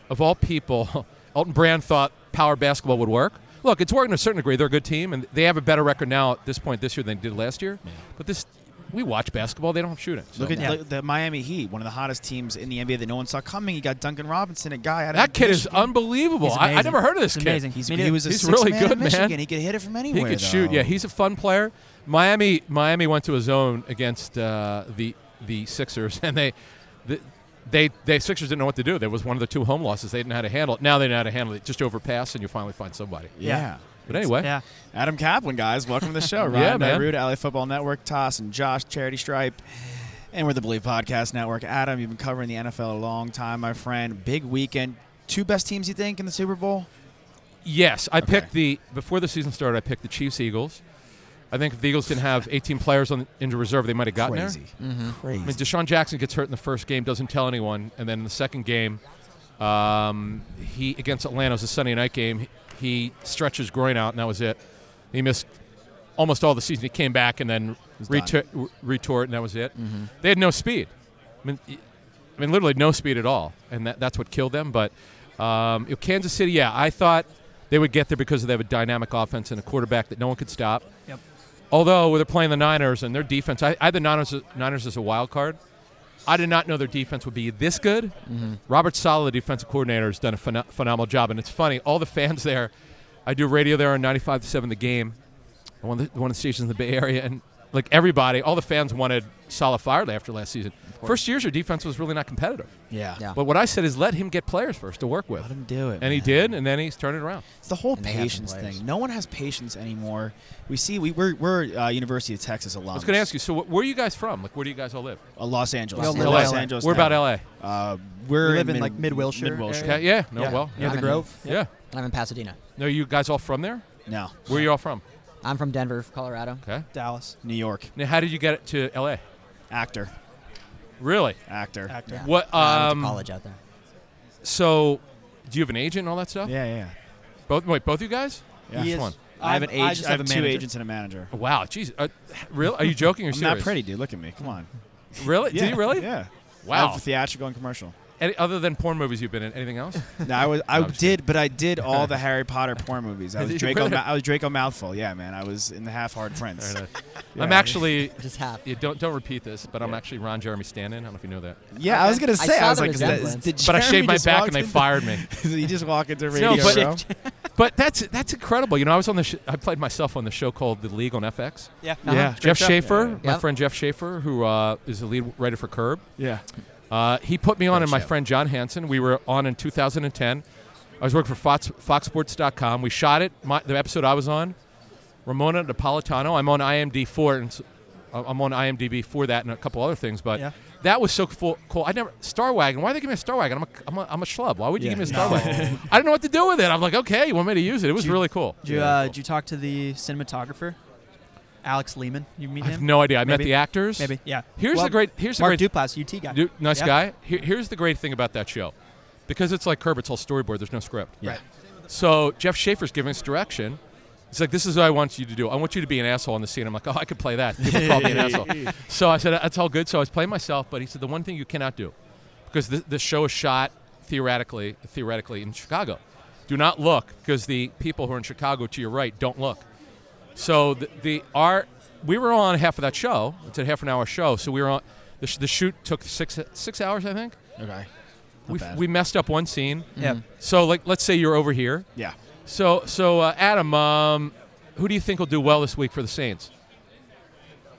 of all people, Elton Brand thought power basketball would work. Look, it's working to a certain degree. They're a good team, and they have a better record now at this point this year than they did last year. But this, we watch basketball; they don't have shooting. So-
Look at look- the Miami Heat, one of the hottest teams in the NBA that no one saw coming. You got Duncan Robinson, a guy out of
That kid is
Michigan.
unbelievable.
He's
I, I
amazing.
never heard of this
He's
kid.
amazing. He's- he was a
he's
sixth
really
man in
good, man.
Michigan. He could hit it from anywhere,
He could shoot.
though.
Yeah, he's a fun player. Miami, Miami went to a zone against uh, the the Sixers, and they. The, they, they Sixers didn't know what to do. There was one of the two home losses. They didn't know how to handle it. Now they know how to handle it. Just overpass, and you finally find somebody.
Yeah.
But anyway,
yeah. Adam Kaplan, guys, welcome to the show.
Yeah,
Ryan
man.
Rude, LA Football Network, Toss and Josh, Charity Stripe, and we're the Believe Podcast Network. Adam, you've been covering the NFL a long time, my friend. Big weekend. Two best teams you think in the Super Bowl?
Yes, I picked the before the season started. I picked the Chiefs Eagles. I think if the Eagles didn't have 18 players on injury reserve, they might have gotten
Crazy.
there.
Mhm. Crazy.
I mean, Deshaun Jackson gets hurt in the first game, doesn't tell anyone, and then in the second game, um, he against Atlanta it was a Sunday night game. He stretched his groin out, and that was it. He missed almost all the season. He came back and then
done.
retor- re- retort, and that was it. They had no speed. I mean, y- I mean, literally no speed at all, and that, that's what killed them. But um, you know, Kansas City, yeah, I thought they would get there because they have a dynamic offense and a quarterback that no one could stop.
Yep.
Although they're playing the Niners and their defense, I, I had the Niners, Niners as a wild card. I did not know their defense would be this good.
Mm-hmm.
Robert Sala, the defensive coordinator, has done a pheno- phenomenal job, and it's funny. All the fans there, I do radio there on ninety-five to seven, the game, and one of the, one of the stations in the Bay Area, and like everybody, all the fans wanted Sala fired after last season.
course.
First year's your defense was really not competitive.
Yeah. Yeah.
But what I said is let him get players first to work with. Let him
do it,
and he did, and then he's turning it around.
It's the whole
they have
patience
some players.
thing. No one has patience anymore. We see we, we're, we're uh, University of Texas alums.
I was going to ask you. So, wh- where are you guys from? Like, where do you guys all live?
Uh, Los Angeles.
Los
Los,
Angeles. LA.
Angeles.
We're about
now.
LA.
Uh, we're
We live in,
mid-
like, mid Wilshire
mid-Wilshire.
area.
Okay, yeah, no,
Yeah.
well,
Near the
yeah.
Grove?
Yeah.
And I'm in Pasadena.
No, you guys all from there?
No.
Where are you all from?
I'm from Denver, Colorado.
Okay.
Dallas, New York.
Now, how did you get it to LA?
Actor.
Really?
Actor. Actor. Yeah.
What?
Yeah, I went to
Um,
college out there.
So, do you have an agent and all that stuff?
Yeah, yeah, yeah.
Both. Wait, both you guys?
Yeah.
Which
He is-
one?
I have an
I
agent.
just
I have,
have a
two
manager.
agents and a manager.
Wow. Jeez. Uh, really? Are you joking or
I'm
serious?
not pretty, dude. Look at me. Come on.
Really?
Yeah,
Do you really?
Yeah. I
Wow.
have theatrical and commercial.
Any, other than porn movies you've been in, anything else?
No, I was I
No, I'm just
did, but I did all the Harry Potter porn movies. I was
You
Draco.
really-
Ma- I was Draco Mouthful. Yeah, man. I was in the Half Hard Prince.
Fair enough.
Yeah.
I'm actually
Just half.
Yeah, don't don't repeat this, but I'm actually Ron Jeremy Stanton. I don't know if you know that.
Yeah, I was gonna
I
say. I,
saw
was
the
like, is that, is,
resemblance.
did
But I
Jeremy
shaved my
just
back
walk
and they
into-
fired me.
he just walked into radio.
No, but-
Row?
But that's that's incredible. You know, I was on the sh- I played myself on the show called The League on FX.
Yeah.
Yeah. Uh-huh.
Jeff
Sure.
Schaefer,
Yeah, yeah.
my
Yep.
friend Jeff Schaefer, who uh, is the lead writer for Curb.
Yeah.
Uh, he put me on,
Great
and my
show.
friend John Hanson. We were on in 2010. I was working for Fox, FoxSports.com. We shot it. My, the episode I was on, Ramona Napolitano. I'm on IMD for it. And s- uh, I'm on IMDb for that and a couple other things, but
Yeah.
that was so full, cool. I never Star Wagon. Why they give me a Star Wagon? I'm a, I'm a, I'm a schlub. Why would you
Yeah.
give me a Star
No.
Wagon? I don't know what to do with it. I'm like, okay, you want me to use it? It was
Did you-
really cool.
Did you, uh, did you talk to the cinematographer, Alex Lehman? You meet
I
him?
have no idea. I met
Maybe?
the actors.
Maybe, yeah.
Here's
Well,
the great. Here's
Mark
the great.
Duplass, UT guy.
Du- nice
Yeah.
guy. Here, here's the great thing about that show, because it's like Curb. It's all storyboard. There's no script.
Yeah. Right.
So Jeff Schaefer's giving us direction. He's like, "This is what I want you to do. I want you to be an asshole on the scene." I'm like, "Oh, I could play that." People call me an asshole. So I said, "That's all good." So I was playing myself, but he said, "The one thing you cannot do, because the, the show is shot theoretically, theoretically in Chicago. Do not look because the people who are in Chicago to your right don't look." So the, the our we were on half of that show. It's a half an hour show. So we were on the, sh- the shoot took six six hours, I think.
Okay.
We,
bad.
we messed up one scene.
Yeah. Mhm.
So like let's say you're over here.
Yeah.
So so uh, Adam, um, who do you think will do well this week for the Saints?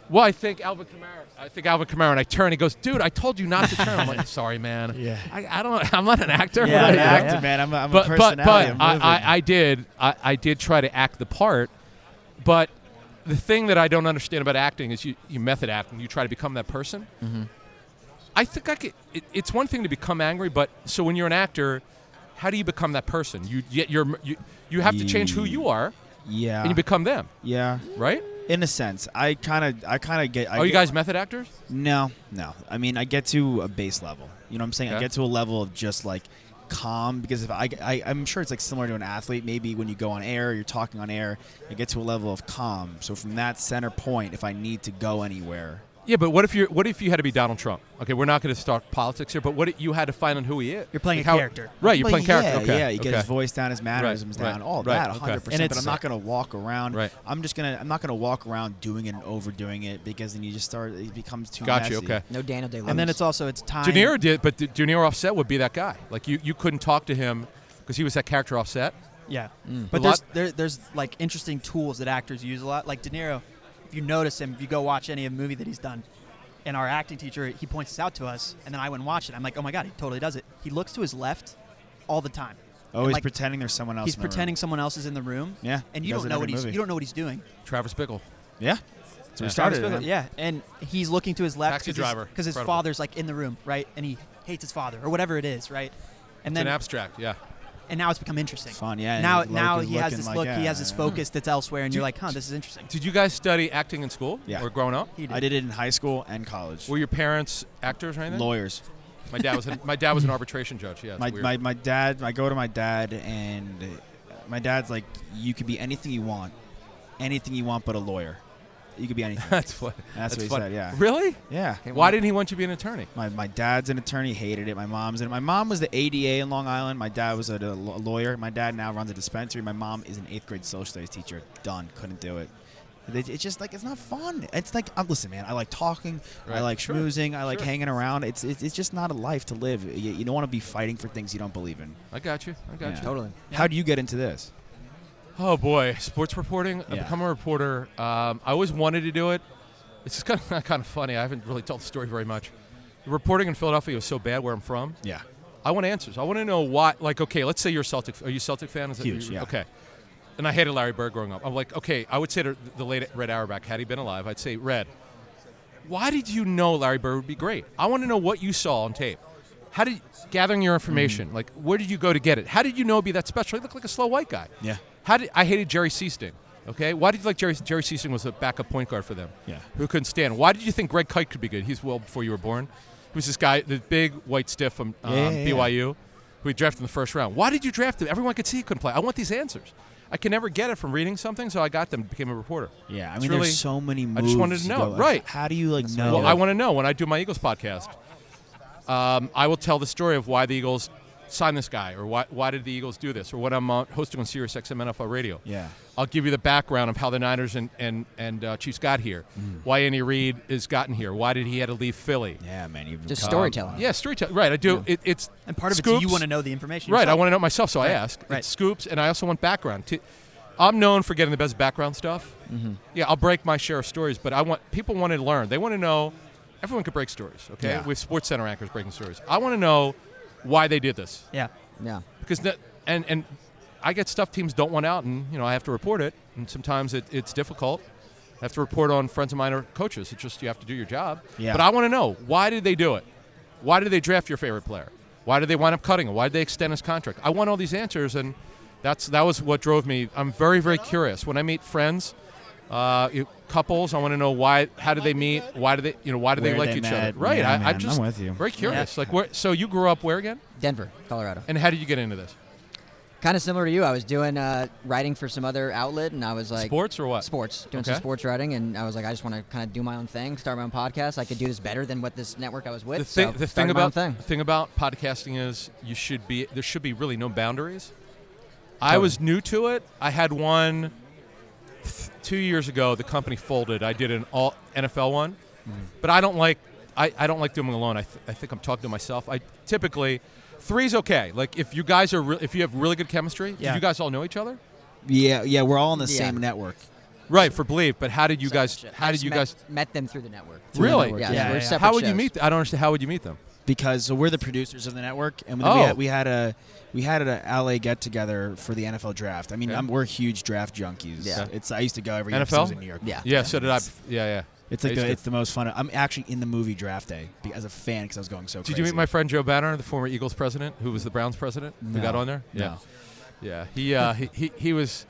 Well, I think Alvin Kamara. I think Alvin Kamara. And I turn. He goes, dude. I told you not to turn. I'm like, sorry, man.
Yeah.
I, I don't. I'm not an actor.
Yeah,
What
I'm
are
an
you?
actor, man. I'm a- I'm a
but,
personality.
But,
I'm
but I,
moving.
I, I did. I, I did try to act the part. But the thing that I don't understand about acting is you, you method act and you try to become that person.
Mm-hmm.
I think I could. It, it's one thing to become angry, but so when you're an actor, How do you become that person? You yet you're you, you have to change who you are.
Yeah.
And you become them.
Yeah.
Right?
In a sense, I kind of, I kind of get. I
Are Oh, you
get-
guys method actors?
No, no. I mean, I get to a base level. You know what I'm saying? I
Okay.
get to a level of just like calm because if I, I, I'm sure it's like similar to an athlete. Maybe when you go on air, you're talking on air. I get to a level of calm. So from that center point, if I need to go anywhere,
Yeah, but what if you are what if you had to be Donald Trump? Okay, we're not going to start politics here, but what if you had to find out who he is?
You're playing
Like
a character.
Right, you're
Well,
playing character.
yeah,
okay,
yeah, you get
okay.
his voice down, his mannerisms
Right,
down,
right,
all
right,
that,
okay.
100. percent But I'm not going to walk around.
Right.
I'm just gonna, I'm not going to walk around doing it and overdoing it because then you just start, it becomes too.
Got you,
messy.
okay.
No Daniel Day-Lewis.
And then it's also it's time.
De Niro did, but De De Niro offset would be that guy. Like you, you couldn't talk to him because he was that character offset.
Yeah,
A
but
lot-
there's there, there's like interesting tools that actors use a lot. Like De Niro, if you notice him, if you go watch any movie that he's done, and our acting teacher he points this out to us, and then I went and watch it. I'm like, oh my god, he totally does it. He looks to his left all the time. And,
Always
like,
pretending there's someone else.
He's
in the room.
pretending someone else is in the room.
Yeah,
and
he
you
does
don't
it
know what
every
he's
movie.
you don't know what he's doing.
Travis Bickle.
Yeah. So we
Yeah.
started.
Travis
it,
Bickle,
man.
yeah, and he's looking to his left
Taxi Driver.
because his
Incredible.
father's like in the room, right? And he hates his father or whatever it is, right?
It's
And then
an abstract, yeah.
and now it's become interesting.
Fun, yeah, and
Now
Loki's
now he has
looking
this
like,
look, he
yeah,
has this
yeah.
focus that's elsewhere, and
Do-
you're like, huh, this is interesting.
Did you guys study acting in school?
Yeah.
Or growing up?
He did.
I did it in high school and college.
Were your parents actors or anything?
Lawyers.
My dad was an, my dad was an arbitration judge. Yeah. it's
my,
weird.
my, my dad i go to my dad and my dad's like you could be anything you want anything you want but a lawyer you could be anything
that's what
that's, what he
fun.
said yeah
Really?
yeah
Why didn't he want you to be an attorney?
my, my dad's an attorney hated it my mom's in my mom was the ada in long island my dad was a, a law- lawyer my dad now runs a dispensary my mom is an eighth grade social studies teacher done couldn't do it It- it's just like it's not fun it's like uh, listen man i like talking i
Right.
like
Sure.
schmoozing i like
Sure.
hanging around it's, it's it's just not a life to live you, you don't want to be fighting for things you don't believe in
I got you. I got you.
how do you get into this?
Oh boy, sports reporting. I
Yeah.
become a reporter. Um, I always wanted to do it. It's just kind of kind of funny. I haven't really told the story very much. The reporting in Philadelphia was so bad where I'm from.
Yeah.
I want answers. I want to know why. Like, okay, let's say you're a Celtic. Are you a Celtic fan? Is that-
Huge,
you-
yeah.
Okay. And I hated Larry Bird growing up. I'm like, okay, I would say to the late Red Auerbach, had he been alive, I'd say, Red, why did you know Larry Bird would be great? I want to know what you saw on tape. How did gathering your information?
Mm.
Like, where did you go to get it? How did you know it'd be that special? He looked like a slow white guy.
Yeah.
How did I hated Jerry Seasting? Okay, why did you like Jerry? Jerry Seasting was a backup point guard for them.
Yeah.
who couldn't stand. Why did you think Greg Kite could be good? He's well before you were born. He was this guy, the big white stiff from um,
Yeah, yeah, yeah.
BYU, who he drafted in the first round. Why did you draft him? Everyone could see he couldn't play. I want these answers. I can never get it from reading something, so I got them. and Became a reporter.
Yeah, I
It's
mean,
really-
there's so many. Moves
I just wanted to
you
know,
go-
right?
How do you like know?
Well, I want to know when I do my Eagles podcast. Um, I will tell the story of why the Eagles signed this guy, or why, why did the Eagles do this, or what I'm on, hosting on Sirius XM NFL Radio.
Yeah.
I'll give you the background of how the Niners and and, and uh, Chiefs got here, why Andy Reid has gotten here, why did he had to leave Philly.
Mm. Yeah, man, you've
Just
Um,
storytelling.
yeah, storytelling. Right, I do. It, it's
And part of it's
scoops.
you wanna know the information
Right, I
yourself.
want to know it myself, so I
Right,
ask.
right.
It scoops, and I also want background. T- I'm known for getting the best background stuff.
Mm-hmm.
Yeah, I'll break my share of stories, but I want people want to learn. They want to know. Everyone could break stories. Okay,
Yeah.
with Sports Center anchors breaking stories. I want to know why they did this
Yeah.
Yeah.
because that, and and I get stuff teams don't want out, and you know I have to report it, and sometimes it, it's difficult. I have to report on friends of mine or coaches. It's just you have to do your job.
Yeah.
But I want to know why did they do it? Why did they draft your favorite player? Why did they wind up cutting him? Why did they extend his contract? I want all these answers, and that's that was what drove me. I'm very very curious when I meet friends. Uh, you- couples, I want to know why. How did they meet? Why do they, you know, why do they
Where
like
they
each
met.
other? Right.
Yeah,
I, I
man, I'm
just
with you.
Very curious. Like, where? So you grew up where again?
Denver, Colorado.
And how did you get into this?
Kind of similar to you. I was doing uh, writing for some other outlet, and I was like
Sports or what?
Sports, doing some
Okay.
sports writing, and I was like, I just want to kind of do my own thing, start my own podcast. I could do this better than what this network I was with.
the thing,
so
the thing
started
about
my own
the
thing.
thing about podcasting is you should be there should be really no boundaries. I
Totally.
was new to it. I had one th- two years ago. The company folded. I did an all NFL one,
Mm-hmm.
but I don't like I, I don't like doing it alone. I, th- I think I'm talking to myself. I typically three's okay. Like if you guys are re- if you have really good chemistry,
Yeah.
do you guys all know each other?
Yeah, yeah, we're all on the
Yeah.
same network.
Right for believe. But how did you
So,
guys
I
how did
just
you
met,
guys
met them through the network?
Through the
Really?
network,
Yeah,
yeah.
we're separate
how would you
shows.
meet? th- I don't understand. How would you meet them?
Because so we're the producers of the network, and then
Oh.
we, had, we had a we had a LA get together for the NFL draft. I mean,
Okay.
I'm, we're huge draft junkies.
Yeah.
It's I used to go every year 'cause I
NFL?
was in New York.
Yeah.
Yeah. So did I. Yeah. Yeah.
It's like
I used
the,
to-
it's the most fun. I'm actually in the movie draft day be- as a fan because I was going so.
Did you meet
crazy.
my friend Joe Banner, the former Eagles president, who was the Browns president? Who
No.
got on there?
No.
Yeah. Yeah. He, uh, he, he he was.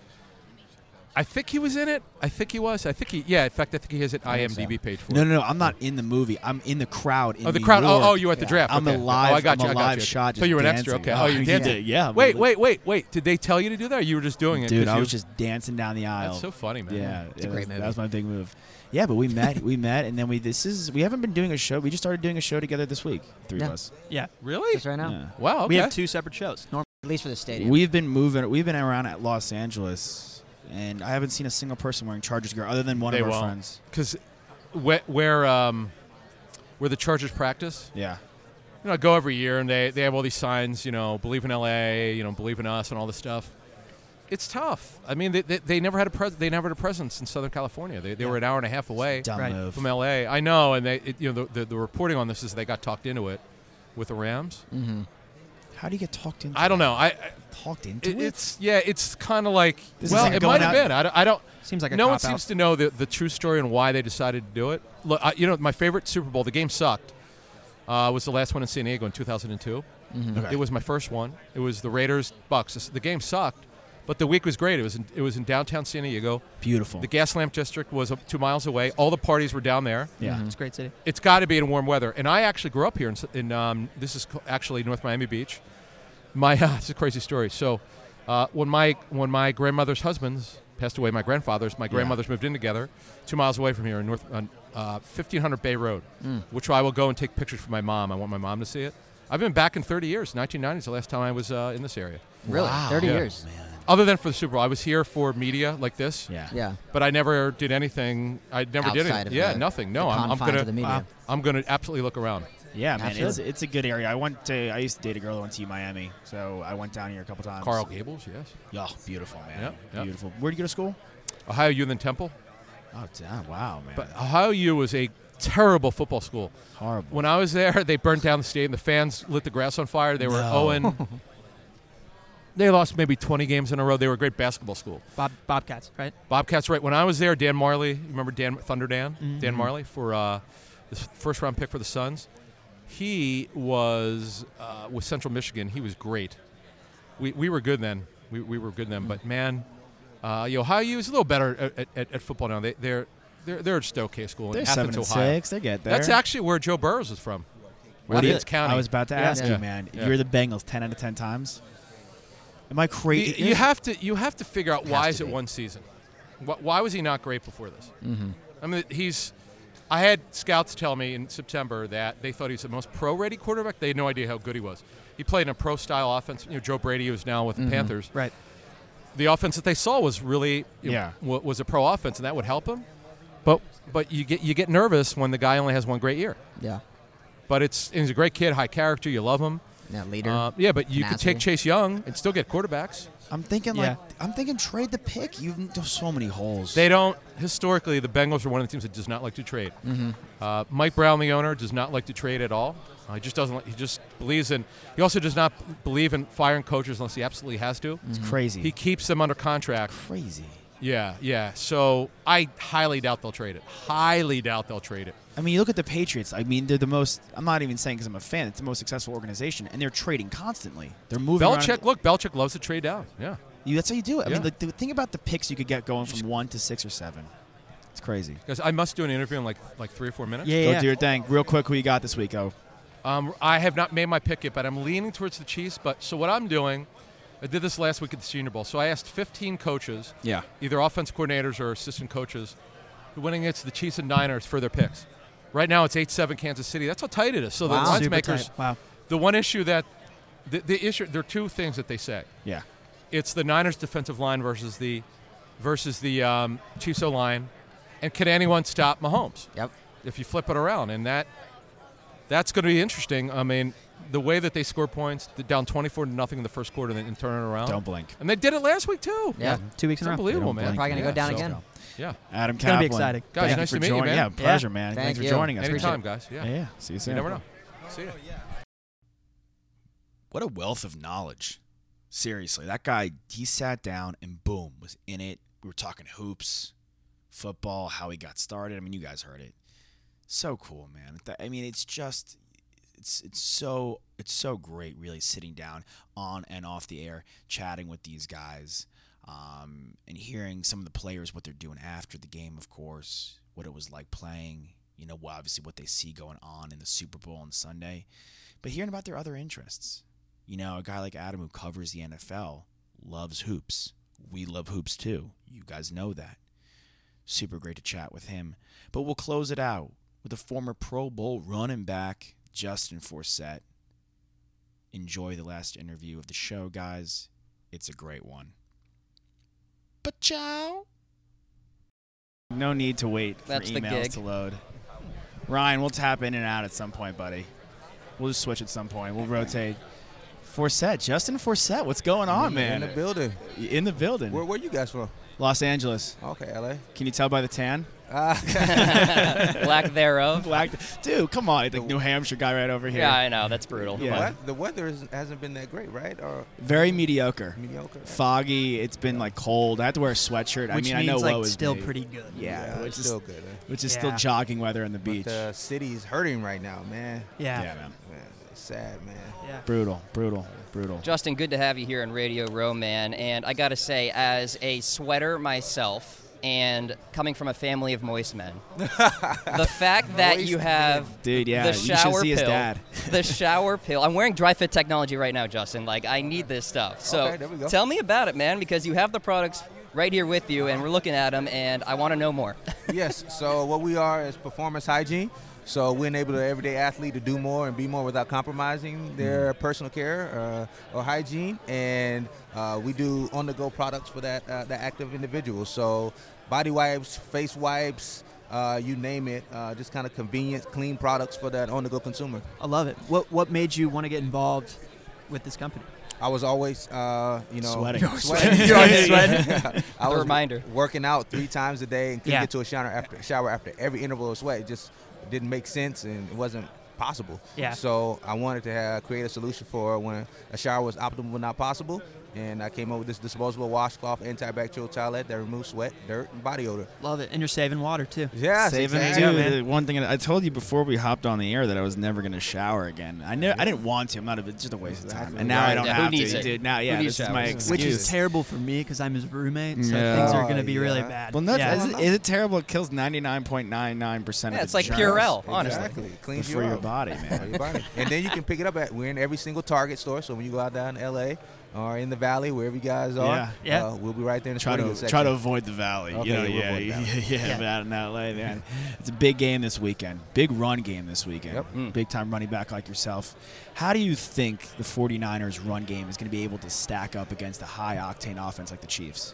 I think he was in it. I think he was. I think he. Yeah. In fact, I think he has an
think so.
IMDb page for
No,
it.
no, no. I'm not in the movie. I'm in the crowd. In
Oh, the
New
crowd.
York.
Oh, oh, you were at the
Yeah.
draft.
I'm
okay.
a live.
Oh, I got
I'm
you.
a
I got
live
you.
shot.
So
just
you were an
dancing.
extra. Okay.
Oh,
Oh, you danced.
did, Yeah.
Wait, wait, wait, wait. Did they tell you to do that? or You were just doing it.
Dude,
'cause
I
you-
was just dancing down the aisle.
so funny, man.
Yeah,
It's a
that
great
was-
movie.
That was my big move. Yeah, but we met. we met, and then we. This is. We haven't been doing a show. We just started doing a show together this week. Three of
Yeah.
us.
Yeah,
really.
Just right now,
Yeah.
Wow. Okay.
we have two separate shows. Normally,
at least for the stadium.
We've been moving. We've been around at Los Angeles, and I haven't seen a single person wearing Chargers gear other than one
They
of our
won't.
friends.
Because where, where um where the Chargers practice,
Yeah.
you know, I go every year, and they they have all these signs, you know, believe in L.A., you know, believe in us, and all this stuff. It's tough. I mean, they, they, they never had a pres- they never had a presence in Southern California. They, they were an hour and a half away
Dumb
Right.
move.
from L.A. I know, and they it, you know the, the the reporting on this is they got talked into it with the Rams.
How do you get talked into?
I don't know. I, I
Talked into
it,
it?
it's yeah, it's kind of like
This is
well,
like
it
going
might have
out-
been. I don't. I don't
seems like a
no one
cop out.
seems to know the, the true story and why they decided to do it. Look, I, you know, my favorite Super Bowl, the game sucked. Uh, was the last one in San Diego in 2002.
Mm-hmm. Okay.
It was my first one. It was the Raiders Bucks. This- The game sucked, but the week was great. It was in, it was in downtown San Diego.
Beautiful.
The gas lamp district was uh, two miles away. All the parties were down there.
yeah.
it's a great city.
It's got to be in warm weather. And I actually grew up here in, s- in um, this is co- actually North Miami Beach. My uh, it's a crazy story. So uh, when my when my grandmother's husband's passed away, my grandfather's, my grandmother's moved in together, two miles away from here in North on uh, 1500 Bay Road, which I will go and take pictures for my mom. I want my mom to see it. I've been back in 30 years. 1990 is the last time I was uh, in this area.
really, thirty
Yeah.
years.
Other than for the Super Bowl, I was here for media like this.
Yeah.
Yeah,
But I never did anything. I never did
Outside
anything.
of
yeah,
the-
nothing. No,
the
I'm, I'm
confines
gonna.
of the media.
I'm gonna absolutely look around.
Yeah, man,
Absolutely.
it's, it's a good area. I went to I used to date a girl that went to Miami, so I went down here a couple times.
Carl Gables, yes.
yeah, beautiful man,
Yep, yep.
beautiful. Where would you go to school?
Ohio U and then Temple.
Oh, damn, wow, man,
But uh, Ohio U was a terrible football school.
horrible.
When I was there, they burned down the stadium. The fans lit the grass on fire. They were
No.
Owen. They lost maybe 20 games in a row. They were a great basketball school.
Bob Bobcats, right?
Bobcats, right? When I was there, Dan Marley, you remember Dan Thunder Dan,
Mm-hmm.
Dan Marley for uh, the s- first round pick for the Suns. He was uh, with Central Michigan. He was great. We, we were good then. We, we were good then. But man, uh, you know, Ohio U is a little better at, at, at football now. They, they're they're they're at Stoke K School in
They're
Athens,
seven and
Ohio.
six. They get there.
That's actually where Joe Burrows is from.
What do you-
Athens County.
I was about to ask
Yeah.
you, man.
Yeah.
You're the Bengals, ten out of ten times. Am I
you,
crazy?
you have to you have to figure out why
to
is it
be.
one season? Why, why was he not great before this? Mm-hmm. I mean, he's. I had scouts tell me in September that they thought he was the most pro-ready quarterback. They had no idea how good he was. He played in a pro-style offense. You know, Joe Brady who's now with the Panthers.
Right.
The offense that they saw was really you know,
Yeah.
wa- was a pro offense, and that would help him. But but you get you get nervous when the guy only has one great year.
yeah,
But it's and he's a great kid, high character. You love him.
yeah. Leader.
Uh, yeah, but you
An
could take
asshole.
Chase Young and still get quarterbacks.
I'm thinking
Yeah.
like I'm thinking trade the pick. You've there's so many holes.
They don't. Historically, the Bengals are one of the teams that does not like to trade.
Mm-hmm.
Uh, Mike Brown, the owner, does not like to trade at all. Uh, he just doesn't. Like, he just believes in. He also does not believe in firing coaches unless he absolutely has to.
it's crazy.
He keeps them under contract.
crazy.
Yeah, yeah. So I highly doubt they'll trade it. Highly doubt they'll trade it.
I mean, you look at the Patriots. I mean, they're the most. I'm not even saying because I'm a fan. It's the most successful organization, and they're trading constantly. They're moving. around-
Belichick, look, Belichick loves to trade down. Yeah.
You, that's how you do it. I
Yeah.
mean, like, the thing about the picks you could get going from one to six or seven. It's crazy.
Because I must do an interview in like like three or four minutes.
Go do your thing. Real quick, who you got this week? Oh,
Um, I have not made my pick yet, but I'm leaning towards the Chiefs. But so what I'm doing, I did this last week at the Senior Bowl. So I asked 15 coaches,
Yeah.
either offense coordinators or assistant coaches, who went against the Chiefs and Niners for their picks. Right now it's 8-7 Kansas City. That's how tight it is. So the odds
Super
makers,
tight. Wow.
the one issue that the, the issue there are two things that they say.
yeah.
It's the Niners defensive line versus the versus the um, Chiefs O line, and can anyone stop Mahomes?
Yep.
if you flip it around, and that that's going to be interesting. I mean, the way that they score points, the down twenty-four to nothing in the first quarter, and then turn it around.
Don't blink.
And they did it last week too.
Yeah.
Two weeks
it's
in a row.
unbelievable, man.
blink.
Probably gonna go
Yeah,
down
so-
again.
Yeah,
Adam
gonna
Kaplan.
be exciting.
Guys,
Thank
nice
for
to meet you,
joining-
man.
Yeah, pleasure, man.
Thank
Thanks
you.
for joining us. Appreciate
anytime,
it.
guys. Yeah,
Yeah. yeah. See you soon.
you never know. See ya.
What a wealth of knowledge. Seriously, that guy, he sat down and boom, was in it. We were talking hoops. football, how he got started. I mean, you guys heard it. So cool, man. Th- I mean, it's just it's it's so it's so great really sitting down on and off the air chatting with these guys um, and hearing some of the players what they're doing after the game of course what it was like playing you know well, obviously what they see going on in the super bowl on sunday but hearing about their other interests you know a guy like adam who covers the nfl loves hoops we love hoops too you guys know that super great to chat with him. But we'll close it out with a former Pro Bowl running back, Justin Forsett. Enjoy the last interview of the show, guys. It's a great one. But ciao.
No need to wait for
That's the
emails
gig.
to load. Ryan, we'll tap in and out at some point, buddy. We'll just switch at some point. We'll rotate. Forsett, Justin Forsett, what's going on, man?
In the building.
In the building.
Where, where you guys from?
Los Angeles.
Okay, LA.
Can you tell by the tan?
Ah.
Lack thereof.
Black. Dude, come on. The New Hampshire guy right over here.
Yeah, I know. That's brutal.
The,
Yeah.
wea- the weather is, hasn't been that great, right? Or
Very mediocre.
mediocre. right?
Foggy. It's been like cold. I had to wear a sweatshirt. I
Which
mean,
means
I know
like
woe is
still
me.
pretty good.
Yeah,
Yeah,
which
it's
is
still good. eh?
which is still
Yeah. uh,
jogging weather on the beach.
The city is hurting right now, man.
Yeah.
yeah, man.
man it's sad, man.
Yeah.
Brutal, brutal, brutal.
Justin, good to have you here on Radio Row, man. And I got to say, as a sweater myself and coming from a family of moist men, the fact that you have
Dude, yeah,
the
you should
shower
see his
pill,
dad.
the shower pill. I'm wearing dry fit technology right now, Justin. Like, I need this stuff. So
Okay, there we go.
tell me about it, man, because you have the products right here with you and we're looking at them and I want to know more.
yes. So what we are is performance hygiene. So we enable the everyday athlete to do more and be more without compromising their personal care uh, or hygiene, and uh, we do on-the-go products for that uh, the active individual. So body wipes, face wipes, uh, you name it, uh, just kind of convenient, clean products for that on-the-go consumer.
I love it. What What made you want to get involved with this company?
I was always, uh, you know,
Sweating. You're
sweating.
You're always sweating.
I
The
was
reminder.
working out three times a day and couldn't
Yeah.
get to a shower after shower after every interval of sweat. It just didn't make sense and it wasn't possible.
Yeah.
So I wanted to have, create a solution for when a shower was optimal but not possible, and I came up with this disposable washcloth antibacterial towelette that removes sweat, dirt, and body odor.
Love it. And you're saving water too.
Yeah,
Saving
exactly.
dude. the One thing I told you before we hopped on the air that I was never gonna shower again. I knew I didn't want to. I'm not a, it's just a waste of time. And now I don't
Yeah, who
have
needs
to,
it?
dude. Now, yeah,
needs
this is my
showers?
excuse.
Which is terrible for me because I'm his roommate, so
Yeah.
things are
Oh,
going to be really
yeah.
bad.
well, no,
yeah.
is, it, is it terrible? It kills 99.99 percent
Yeah,
of
it's
the
like
germs
Purell, honestly.
Exactly. Cleans
for
you
your
out.
body,
Yeah,
man.
your body. and then you can pick it up at we're in every single Target store. So when you go out down in LA or in the Valley, wherever you guys are,
Yeah.
Yeah.
Uh, we'll be right there in the
Try
sporting
to
goods section.
try to avoid the valley.
Okay,
you know,
we'll
yeah,
avoid the
yeah,
valley.
yeah, But out in LA, man, it's a big game this weekend. Big run game this weekend.
Yep.
Big time running back like yourself. How do you think the 49ers run game is going to be able to stack up against a high octane offense like the Chiefs?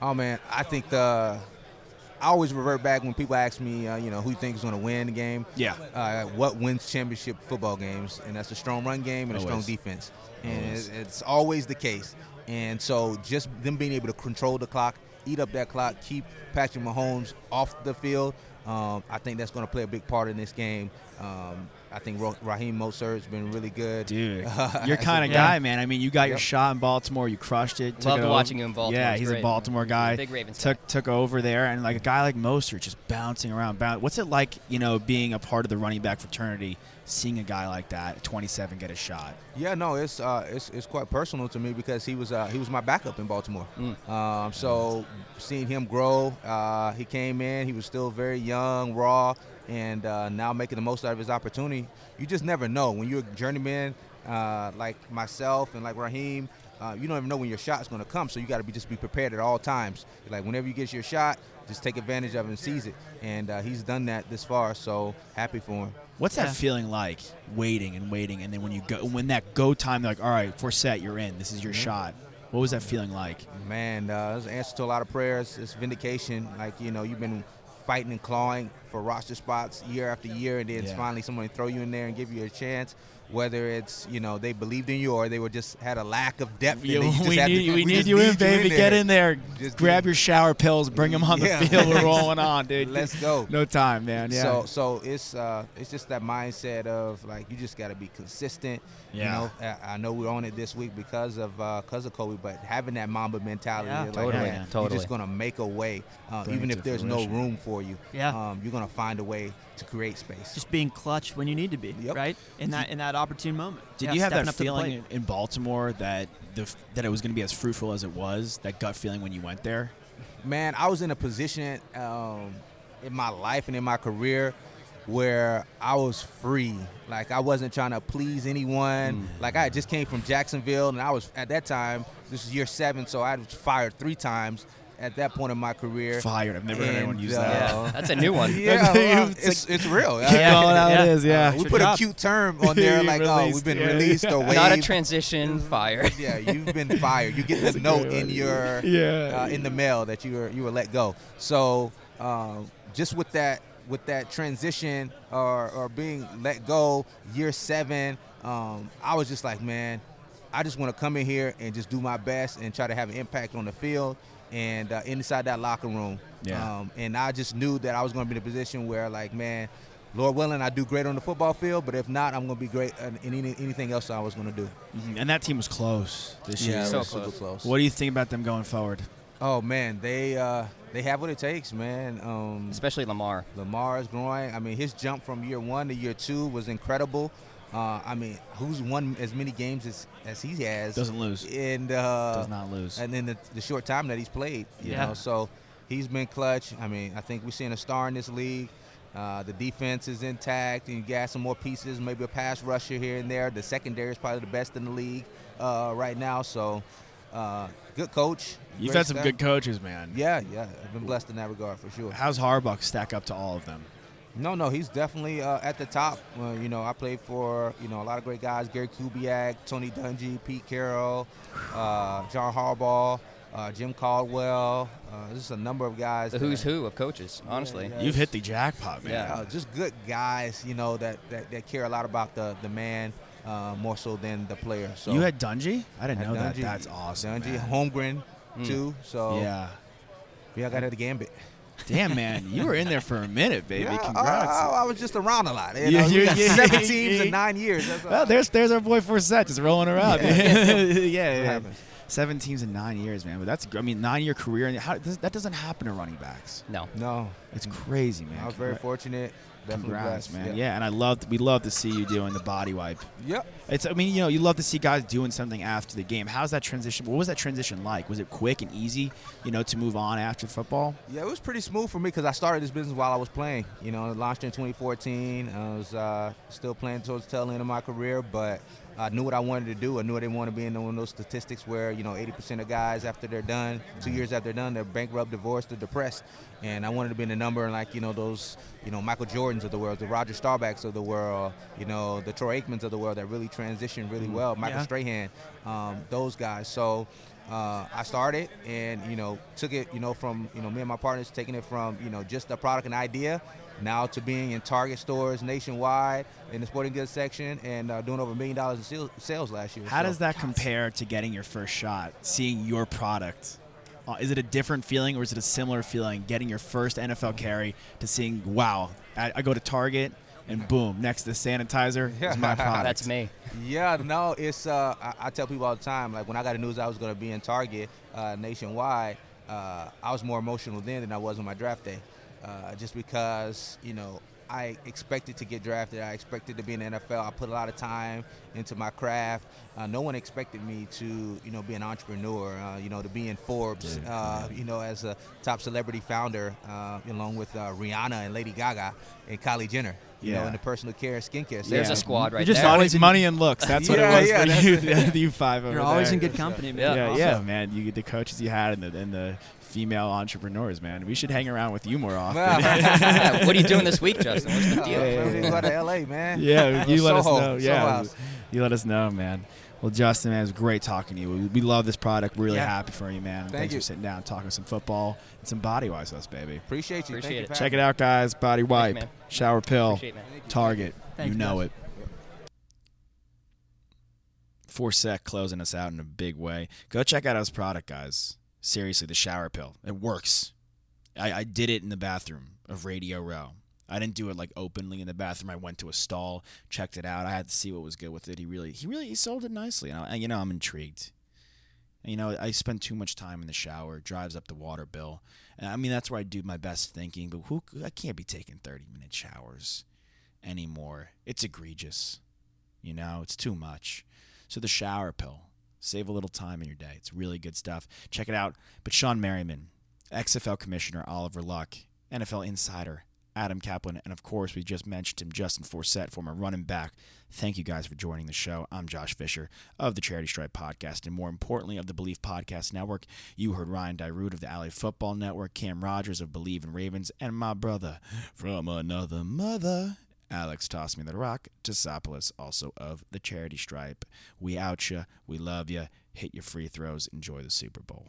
Oh man, I think the. I always revert back when people ask me, uh, you know, who you think is going to win the game.
Yeah.
Uh, what wins championship football games? And that's a strong run game and a strong
Always.
defense. And
Always.
it's, it's always the case. And so just them being able to control the clock, eat up that clock, keep Patrick Mahomes off the field, um, I think that's going to play a big part in this game. Um, I think Ro- Raheem Mosert's been really good.
Dude, you're
As a-
kind of
Yeah.
guy, man. I mean, you got your
Yep.
shot in Baltimore. You crushed it. took
Loved
it over.
watching you in Baltimore.
Yeah,
It's
he's a
great.
Baltimore guy.
Big Ravens fan.
Took took over there, and like a guy like Mostert just bouncing around. Boun What's it like, you know, being a part of the running back fraternity, seeing a guy like that, 27, get a shot?
Yeah, no, it's uh, it's, it's quite personal to me because he was uh, he was my backup in Baltimore. Um, so seeing him grow, uh, he came in, he was still very young, raw, and uh, now making the most out of his opportunity. You just never know when you're a journeyman uh, like myself and like Raheem. Uh, you don't even know when your shot's going to come, so you got to be just be prepared at all times. Like whenever you get your shot, just take advantage of it and seize it. And uh, he's done that this far, so happy for him.
What's
Yeah.
that feeling like, waiting and waiting, and then when you go, when that go time, they're like, all right, Forsett, you're in. This is your shot. What was that feeling like?
Man, uh, it's an answer to a lot of prayers. It's vindication. Like, you know, you've been fighting and clawing for roster spots year after year, and then
Yeah.
finally someone throw you in there and give you a chance. Whether it's you know they believed in you or they were just had a lack of depth. and
Yeah,
they just
we
had
need,
to,
we
just
need you in, baby. Get in there.
Just
Grab
get-
your shower pills. Bring them on
Yeah.
the field. We're rolling on, dude.
Let's go.
No time, man. Yeah.
So so it's uh it's just that mindset of like you just got to be consistent.
Yeah.
You know, I, I know we're on it this week because of because of Kobe, but having that Mamba mentality,
Yeah.
like,
Totally,
man,
yeah,
you're
totally.
just gonna make a way, uh,
Bring
even
it to
if there's
fruition.
no room for you.
Yeah.
Um, you're gonna find a way to create space.
Just being clutch when you need to be,
Yep.
right? In that in that opportune moment.
Did
Yeah,
you have
stepping
that
up to the
feeling
plate.
in, in Baltimore that the f- that it was going to be as fruitful as it was? That gut feeling when you went there.
man, I was in a position um, in my life and in my career where I was free. Like I wasn't trying to please anyone. Like I had just came from Jacksonville, and I was at that time. This is year seven, so I was fired three times at that point in my career.
Fired. I've never heard anyone
And,
use
uh,
that.
Yeah, that's a new one.
Yeah, well,
It's
it's, it's real. Uh,
Call it how it
Yeah.
is. Yeah.
we
your
put a
job.
cute term on there,
You
like oh, we've
released,
been
yeah.
released or waived.
Not a transition fire.
Yeah, you've been fired. You get the note in your uh, in the mail that you were you were let go. So um, just with that with that transition or, or being let go year seven, um, I was just like, man, I just want to come in here and just do my best and try to have an impact on the field and uh, inside that locker room.
Yeah.
Um, and I just knew that I was going to be in a position where like, man. Lord willing, I do great on the football field, but if not, I'm going to be great in any, anything else I was going to do.
Mm-hmm.
Mhm. And that team was close this year.
it was super close.
What do you think about them going forward?
Oh man, they uh, they have what it takes, man. Um,
Especially Lamar.
Lamar is growing. I mean, his jump from year one to year two was incredible. Uh, I mean, who's won as many games as, as he has?
Doesn't lose.
And uh,
Does not lose.
And then the, the short time that he's played, you
Yeah.
know, so he's been clutch. I mean, I think we're seeing a star in this league. Uh, the defense is intact, and you got some more pieces, maybe a pass rusher here and there. The secondary is probably the best in the league uh, right now. So, uh, good coach.
You've
Great
had some
staff.
good coaches, man.
Yeah, yeah, I've been blessed in that regard for sure.
How's Harbaugh stack up to all of them?
No, no, he's definitely uh, at the top. Uh, you know, I played for you know a lot of great guys: Gary Kubiak, Tony Dungy, Pete Carroll, uh, John Harbaugh, uh, Jim Caldwell. Uh, just a number of guys.
The
that-
who's who of coaches, honestly.
yeah.
You've hit the jackpot, man.
Yeah.
Uh, just good guys, you know, that, that, that care a lot about the the man uh, more so than the player. So
you had Dungy? I didn't
Had
know that.
Dungy-
That's awesome.
Dungy, oh.
man.
Holmgren
Hmm.
too. So yeah,
Yeah.
I got at the gambit.
Damn, man. You were in there for a minute, baby.
Yeah, oh,
Congrats.
I, I- I was just around a lot. You
Yeah,
know, we
you-
got
yeah,
seven
yeah,
teams
yeah.
in nine years. That's
well, there's there's our boy Forsett just rolling around. Yeah, yeah. yeah.
happens.
Seven teams in nine years, man. But that's gr- I mean nine year career and how, this, that doesn't happen to running backs.
No.
no,
It's crazy, man.
I was Mm-hmm. very
Congra-
fortunate. Definitely
Congrats,
blessed.
man. Yeah. and I loved we love to see you doing the body wipe.
Yep.
It's I mean you know you love to see guys doing something after the game. How's that transition? What was that transition like? Was it quick and easy? You know to move on after football.
Yeah, it was pretty smooth for me because I started this business while I was playing. You know, I launched in 2014. I was uh, still playing towards the tail end of my career, but I knew what I wanted to do. I knew I didn't want to be in one of those statistics where, you know, 80% of guys after they're done, two years after they're done, they're bankrupt, divorced, or depressed. And I wanted to be in the number like, you know, those, you know, Michael Jordans of the world, the Roger Starbacks of the world, you know, the Troy Aikmans of the world that really transitioned
Mm.
really well, Michael
Yeah.
Strahan, um, those guys. So uh, I started and you know took it you know from you know me and my partners taking it from you know just a product and idea now to being in Target stores nationwide in the sporting goods section and uh, doing over a million dollars in sales- sales last year.
How
So-
does that compare to getting your first shot, seeing your product? Uh, is it a different feeling or is it a similar feeling getting your first NFL carry to seeing, wow, I, I go to Target and boom, next to sanitizer is my product?
That's me.
Yeah, no, it's. Uh, I, I tell people all the time, like when I got the news I was going to be in Target uh, nationwide, uh, I was more emotional then than I was on my draft day, uh, just because you know I expected to get drafted. I expected to be in the NFL. I put a lot of time into my craft. Uh, no one expected me to, you know, be an entrepreneur. Uh, you know, to be in Forbes. uh, you know, as a top celebrity founder, uh, along with uh, Rihanna and Lady Gaga and Kylie Jenner. You know,
Yeah.
in the personal care and skincare.
There's
sector.
a squad right
You're just
there.
always money and looks. That's what
Yeah,
it was
yeah,
for you, you five over
You're always
there.
in good company,
Yeah.
man.
yeah,
Awesome.
yeah, man. You get the coaches you had and the, and the female entrepreneurs, man. We should hang around with you more often.
Yeah, what are you doing this week, Justin? What's the
Yeah,
deal?
maybe go to LA, man.
yeah, you let us
Soho,
know. Yeah,
Soho's.
you let us know, man.
Well, Justin, man, it was great talking to you. We, we love this product. We're really
Yeah.
happy for you, man.
Thank
Thanks
you.
for sitting down and talking some football and some body wise with us, baby.
Appreciate you. Thank
Appreciate
you
it.
for
Check
having
it
me.
out, guys. Body wipe,
man.
shower pill,
Appreciate it, man.
Target.
Thanks,
you know
guys.
it.
Forsec closing us out in a big way. Go check out his product, guys. Seriously, the shower pill. It works. I, I did it in the bathroom of Radio Row. I didn't do it like openly in the bathroom. I went to a stall, checked it out. I had to see what was good with it. He really, he really, he sold it nicely. And I, you know, I'm intrigued. You know, I spend too much time in the shower. It drives up the water bill. And I mean, that's where I do my best thinking. But who? I can't be taking 30 minute showers anymore. It's egregious. You know, it's too much. So the shower pill. Save a little time in your day. It's really good stuff. Check it out. But Sean Merriman, XFL Commissioner Oliver Luck, NFL Insider Adam Kaplan, and of course, we just mentioned him, Justin Forsett, former running back. Thank you guys for joining the show. I'm Josh Fisher of the Charity Stripe Podcast, and more importantly, of the Believe Podcast Network. You heard Ryan Dyrud of the Alley Football Network, Cam Rogers of Believe in Ravens, and my brother from another mother, Alex Toss Me the Rock, Tosopoulos, also of the Charity Stripe. We out ya. We love ya. Hit your free throws. Enjoy the Super Bowl.